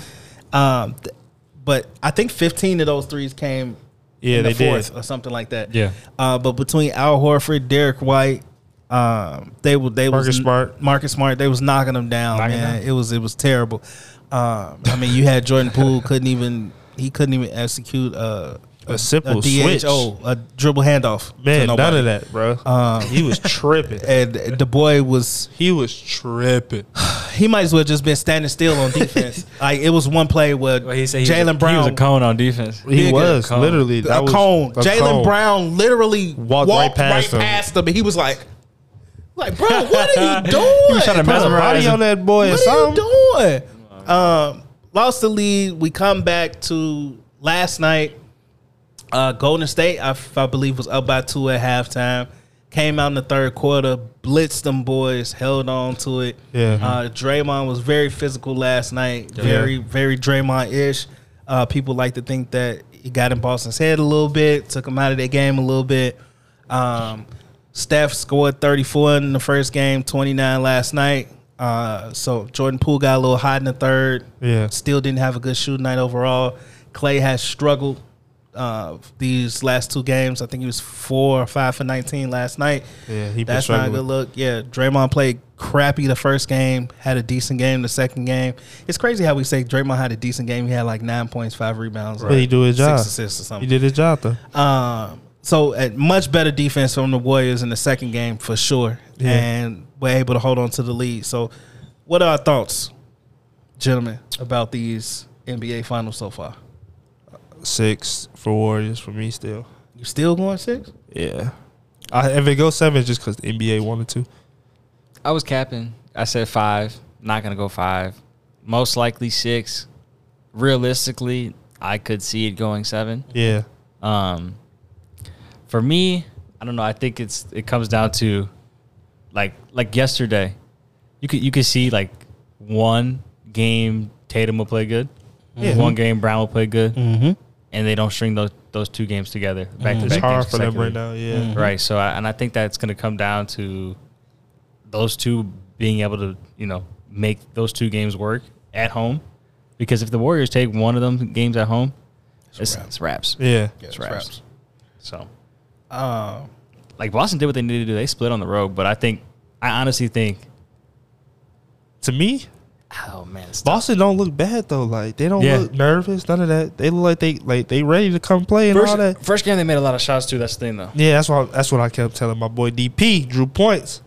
Um, th- but I think 15 of those threes came yeah, in the they fourth did. or something like that. Yeah. Uh, but between Al Horford, Derek White, um, they were they Marcus was, Smart. Marcus Smart, they was knocking them down. Knocking man, it was it was terrible. Um, I mean, you had Jordan Poole couldn't even he couldn't even execute a A simple switch. DHO, a dribble handoff. to Man, none nobody. of that, bro. Um, he was tripping. And the boy was Uh, He was tripping. he might as well just been standing still on defense. like it was one play where Jalen Brown He was a cone on defense. He Nigga, was cone. literally that a was cone. a Jalen cone. Brown literally walked, Walked right right past, past him. him. and he was like, "Like, bro, what are you doing? He was trying to Put a mesmerize body him. on that boy or what are something. you doing?" Um, lost the lead. We come back to last night. Uh, Golden State, I, f- I believe, was up by two at halftime. Came out in the third quarter, blitzed them boys, held on to it. Yeah. Uh, Draymond was very physical last night. Very, very Draymond ish. Uh, people like to think that he got in Boston's head a little bit, took him out of their game a little bit. Um, Steph scored 34 in the first game, 29 last night. Uh, so Jordan Poole got a little hot in the third. Yeah. Still didn't have a good shooting night overall. Clay has struggled uh, these last two games. I think he was four or five for 19 last night. Yeah, he been That's not a struggling. good look. Yeah, Draymond played crappy the first game, had a decent game the second game. It's crazy how we say Draymond had a decent game. He had like nine points, five rebounds, But he do his job. six assists or He something. did his job though. Um, so a much better defense from the Warriors in the second game for sure, Yeah. and were able to hold on to the lead. So, what are our thoughts, gentlemen, about these NBA finals so far? Six for Warriors for me still. You still going six? Yeah. I, if it goes seven, it's just because the NBA wanted to. I was capping. I said five. Not gonna go five. Most likely six. Realistically, I could see it going seven. Yeah. Um, for me, I don't know. I think it's it comes down to like like yesterday, you could you could see like one game Tatum will play good, one game Brown will play good, and they don't string those those two games together back to It's back. hard games for them consecutively. right now. Yeah. right? So I, and I think that's going to come down to those two being able to you know make those two games work at home, because if the Warriors take one of them games at home, it's, it's wraps. Yeah. It's wraps. So, like Boston did what they needed to do. They split on the road, but I think I honestly think, To me, oh man, it's tough. Boston don't look bad though. Like they don't Yeah. look nervous. None of that. They look like they like they ready to come play and all that. First, first game they made a lot of shots too. That's the thing though. Yeah, that's why that's what I kept telling my boy DP. Drew points.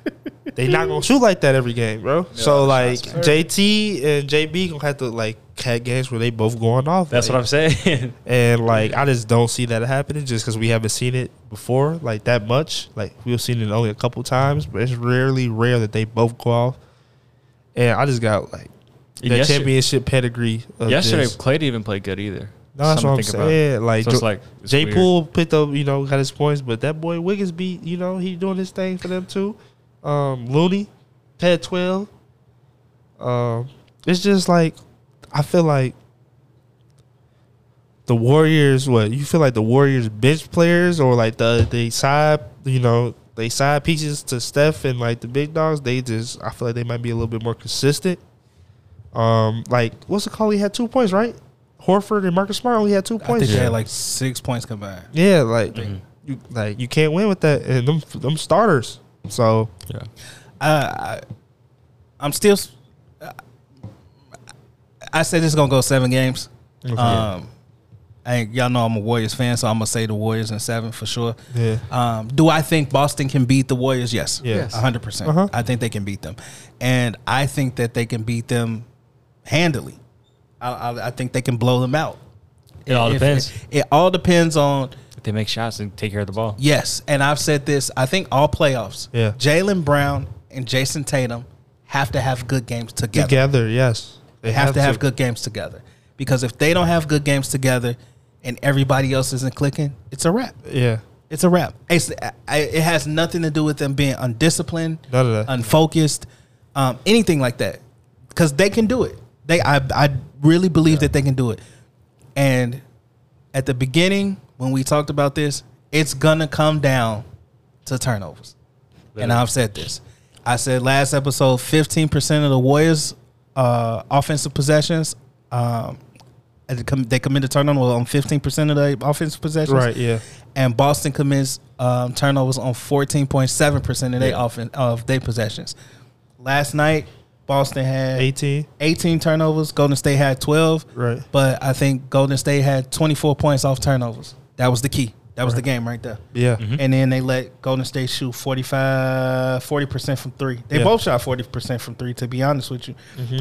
they not gonna shoot like that every game, bro. so like JT and JB gonna have to like cat games where they both going off. That's what I'm saying. I'm. And like I just don't see that happening just because we haven't seen it before like that much. Like we've seen it only a couple times, but it's rarely rare that they both go off. And I just got like the Yesterday- championship pedigree. Of Yesterday, just- Clay didn't even play good either. No, that's Something what I'm to think about. saying. Like, So it's Jo- like, it's J. weird. Pool picked up, you know, got his points, but that boy Wiggins beat, you know, he doing his thing for them too. Um, Looney had twelve. Um, it's just like I feel like the Warriors. What you feel like the Warriors bench players or like the the side, you know, they side pieces to Steph and like the big dogs. They just I feel like they might be a little bit more consistent. Um, like what's the call? He had two points, right? Horford and Marcus Smart only had two I points. think they had like six points combined. Yeah, like Mm-hmm. you like you can't win with that and them them starters. So Uh, I, I'm still. s- I say this is gonna go seven games. Um, I ain't- y'all know I'm a Warriors fan, so I'm gonna say the Warriors in seven for sure. Yeah. Um, do I think Boston can beat the Warriors? Yes. Yes. A hundred percent. Uh-huh. I think they can beat them, and I think that they can beat them handily. I, I, I think they can blow them out. It all If- depends. It, all depends on If they make shots and take care of the ball. yes, and I've said this. I think all playoffs. Yeah. Jalen Brown and Jason Tatum have to have good games together. together, yes, They have, to have good games together because if they don't have good games together, and everybody else isn't clicking, it's a wrap. Yeah, It's a wrap. It's, I, it has nothing to do with them being undisciplined, None of that. unfocused, um, anything like that. Because they can do it. They, I, I really believe that they can do it. And at the beginning, when we talked about this, it's gonna come down to turnovers. And I've said this. I said last episode, fifteen percent of the Warriors' uh, offensive possessions, um, and they com- they committed turnovers on fifteen percent of the offensive possessions right, yeah, and Boston commits um, turnovers on fourteen point seven percent of their offen- of their possessions. Last night, Boston had eighteen. 18 turnovers. Golden State had twelve. Right. but I think Golden State had twenty four points off turnovers. That was the key. That was the game right there. Yeah, Mm-hmm. Mm-hmm. And then they let Golden State shoot 45, 40% from three. They Yeah. Mm-hmm. both shot 40% from three, to be honest with you.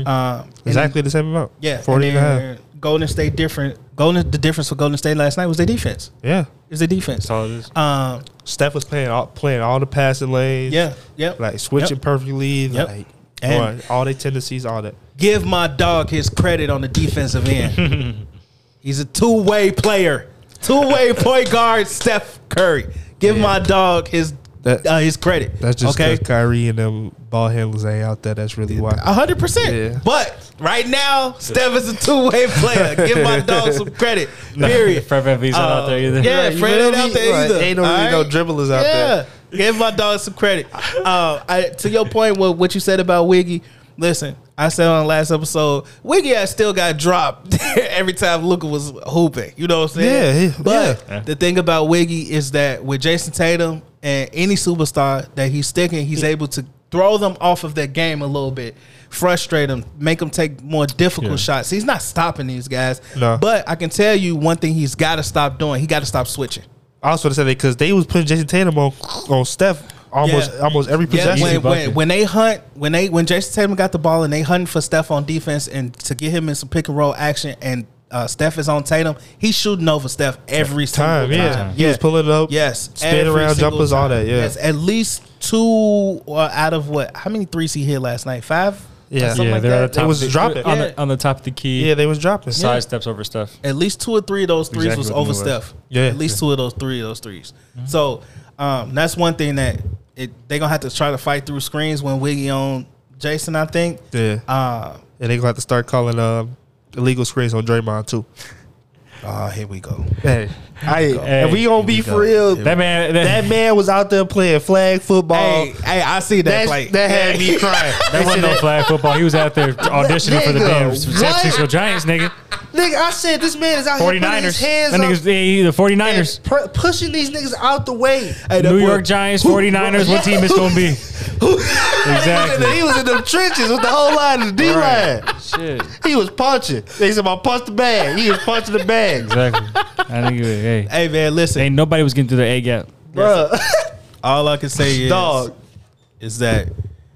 Um, and exactly the same amount. yeah, forty and a half. then Golden State different. Golden the difference for Golden State last night was their defense. Yeah, Is their defense. That's all it is. Um, Steph was playing all playing all the passing lanes. yeah, yeah. like switching perfectly. Yep. Like And- boy, all their tendencies, all that. Give my dog his credit on the defensive end. He's a two way player, two way point guard. Steph Curry. Give my dog his That- uh, his credit. That's just okay. because Kyrie and them ball handlers ain't out there. That's really why. hundred percent. Yeah. But right now, Steph is a two way player. Give my dog some credit. Period. Fred VanVleet's not out there either. Yeah, you Fred feel ain't me? out there Like, either. ain't no- all ain't no dribblers out there. Yeah, give my dog some credit. Uh, I, to your point, what what you said about Wiggy. Listen, I said on the last episode, Wiggy I still got dropped every time Luca was hooping. You know what I'm saying? Yeah, yeah. But Yeah. the thing about Wiggy is that with Jason Tatum and any superstar that he's sticking, he's able to throw them off of their game a little bit, frustrate them, make them take more difficult shots. He's not stopping these guys. No. But I can tell you one thing he's got to stop doing. He got to stop switching. I was going to say that because they was putting Jason Tatum on on Steph almost Yeah. almost every Yeah, possession. when, when, bucket. when they hunt, when they when Jason Tatum got the ball and they hunting for Steph on defense and to get him in some pick and roll action and uh, Steph is on Tatum, he's shooting over Steph every time, single yeah. time. He was pulling it up. Yes, Spin every around single jumpers, all that, yeah. yes, at least two uh, out of what? How many threes he hit last night? Five. Yeah. something Yeah, like they're that. at the It top was of the- dropping. on, Yeah. the, on the top of the key. Yeah, they was dropping. side steps over stuff. at least two or three of those threes Exactly was what it over was. Steph. Yeah. Mm-hmm. At least two of those three of those 3s So um, that's one thing that it they gonna have to try to fight through screens when Wiggy on Jason, I think. Yeah. Uh, and they're gonna have to start calling um, illegal screens on Draymond too. oh, here we go. Hey, I, Hey, if we gonna be for real. That, That man, that, that man was out there playing flag football. Hey, hey, I see that. that, like, that had me crying. that wasn't no flag football. He was out there auditioning for the Nigga, damn San what? Francisco Giants, nigga. Nigga, I said this man is out here putting his 49ers. hands That up nigga's, he- the 49ers. and pu- pushing these niggas out the way. New York Giants, 49ers. What team is going to be? exactly. He was in them trenches with the whole line of the D line. Shit. He was punching. They said, "I punched the bag." He was punching the bag, Exactly. I think, it was- hey, Hey man, listen, ain't nobody was getting through the A gap. bro. all I can say is Dog, is that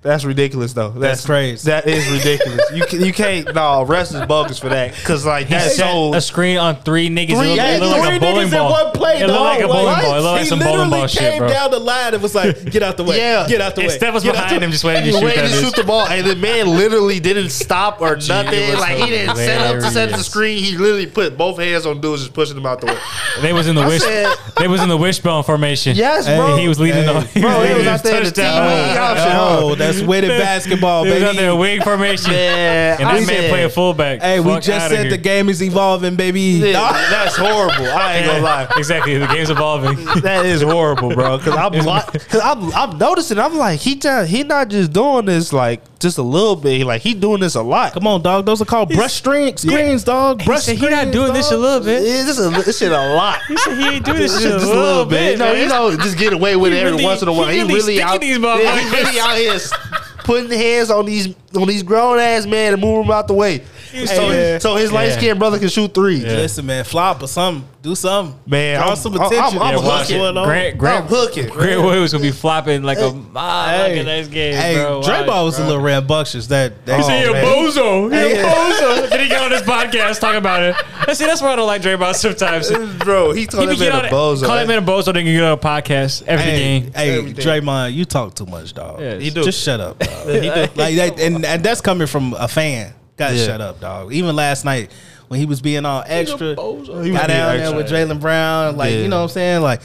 that's ridiculous though. That's, crazy. That is ridiculous. you can, you can't. No, rest is bogus for that. Cause like He that's set so. a screen on three niggas. Three- it looked, it yeah, looked three like a bowling niggas in ball. one play, it looked dog. like a bowling Like, ball. It looked like he some bowling literally ball shit, came bro. down the line and was like, "Get out the way, Yeah. get out the way." And Steph was get out behind the him, just waiting to shoot Waiting that to shoot bitch. the ball, and the man literally didn't stop or it nothing. was Like he didn't set up to set the hilarious. screen. He literally put both hands on dudes, just pushing them out the way. They was in the wish. said- They was in the wishbone formation. Yes, bro. And he was leading the. He Bro, was he was leading out there in the touchdown. TV option. Oh, that's weighted basketball, He was out there in baby. wing formation. Man, and that I man said- playing fullback. Hey, we Fuck just outta said here. the game is evolving, baby. Yeah, that's horrible. I ain't gonna lie. Exactly. The game's evolving. That is horrible, bro. Because I'm, li- cause I'm, I'm noticing. I'm like, he just, he not just doing this like just a little bit. Like he doing this a lot. Come on, dog. Those are called brush strings, screens, dog. Brush He screens. not doing this a dog. little bit. Yeah, this, is, this shit a lot. He said he ain't doing this Just, shit just a little bit. No, man. you know, just get away with it He every really- once in a while. he He really really sticking out. these yeah, he motherfuckers. really out here s- putting hands on these on these grown ass man and moving them out the way. was so, doing- so his light skinned brother can shoot three. Listen, man, flop or something. Do something. Man, Draw I'm- some I'm- I'm- attention. I'm Yeah, watch hooking. it. Grant, Grant, I'm hooking. Grant Williams gonna be flopping like a ah, look Hey. at this game, Hey, bro. Wow. Draymond was a little rambunctious. That, that He a man. bozo. He a bozo. Then he got on his podcast talking about it. I see. That's why I don't like Draymond sometimes. He Bro, he told be that getting man on a it. bozo. Call that man a bozo. Then you get on a podcast every Hey, game. hey Everything. Draymond, you talk too much, dog. Yes. He do. Just shut up, dog. Like that, and, and that's coming from a fan. Gotta Yeah. shut up, dog. Even last night when he was being all extra, got being down extra. there with Jalen Brown. Like Yeah. you know what I'm saying? Like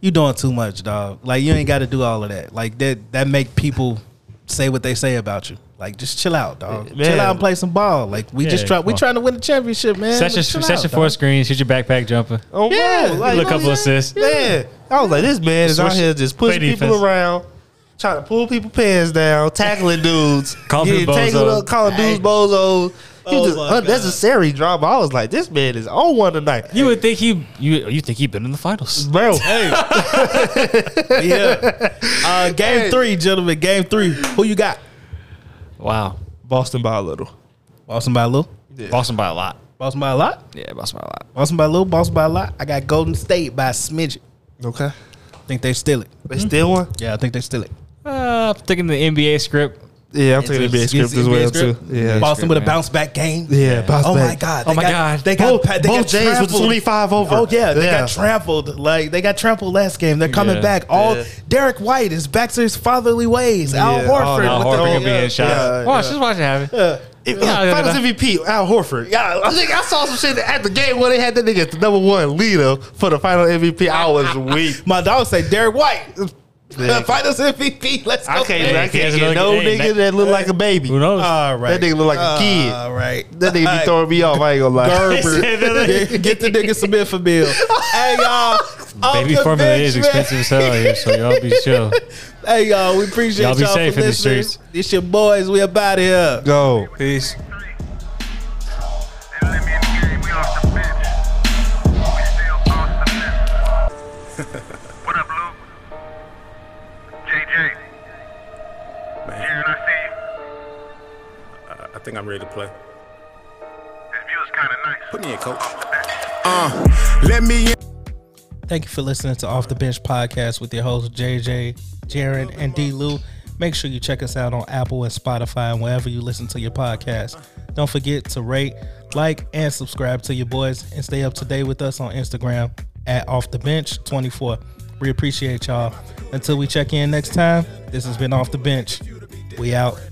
you doing too much, dog. Like you ain't got to do all of that. Like that that make people say what they say about you. Like just chill out, dog. Man. Chill out and play some ball. Like we Yeah, just try. We come on. trying to win the championship, man. Set your, Like, chill set out, your dog. four screens. Shoot your backpack jumper. Oh, bro, like, Yeah. Get you a know couple what I'm assists. saying? Yeah. I was like, this man is out Switch- here just play pushing people defense. around, trying to pull people pants down, tackling dudes, Call getting people tangled bozos. up, calling dudes bozos. He Oh was just my God. unnecessary drama. I was like, this man is on one tonight. You would think he you you think he been in the finals. Bro, Yeah. Uh, game three, gentlemen. Game three. Who you got? Wow, Boston by a little. Boston by a little. Boston by a lot. Boston by a lot. Yeah, Boston by a lot. Boston by a little. Boston by a lot. I got Golden State by a smidget. Okay. Mm-hmm. I think they steal it. They still won? Yeah, I think they steal it. Uh, I'm thinking the NBA script. Yeah, I'm taking the NBA script as well, too. Yeah. Boston with a bounce back game. Yeah, bounce Oh my back. god. Oh They my got- God. They got Both, pa- they both got James with trampled. 25 over. Oh yeah, they got trampled. Like they got trampled last game. They're coming Yeah. back. All Yeah. Derek White is back to his fatherly ways. Al Yeah. Horford. Oh, no, with Horford the, could be in shot. yeah, watch, just watch it happen. Yeah, Finals MVP Al Horford. Yeah, I think I saw some shit at the game where they had that nigga as the number one leader for the final MVP. I was weak. My dog say Derek White. Nigga. Finals MVP. Let's go. I can't, I Hey, he can't has get another- no hey, nigga that- that, look like a baby. Who knows? All right. That nigga look like a kid. All right. That nigga be throwing me off. I ain't gonna lie. Gerber. get, get the nigga some infamil. hey y'all. I'm Baby formula is convinced, man. expensive as hell here, so y'all be chill. Hey y'all, we appreciate Y'all y'all, be safe for in the listening. streets. It's your boys. We about here. Go. Peace. They let me in the game, we off the bench. We still Boston Nets. what up, Luke? JJ. Jared, I see you. I think I'm ready to play. This view is kind of nice. Put me in, coach. Uh, let me in. Thank you for listening to Off the Bench Podcast with your hosts JJ, Jaron, and D Lou. Make sure you check us out on Apple and Spotify and wherever you listen to your podcast. Don't forget to rate, like, and subscribe to your boys and stay up to date with us on Instagram at Off the Bench 24. We appreciate y'all. Until we check in next time, this has been Off the Bench. We out.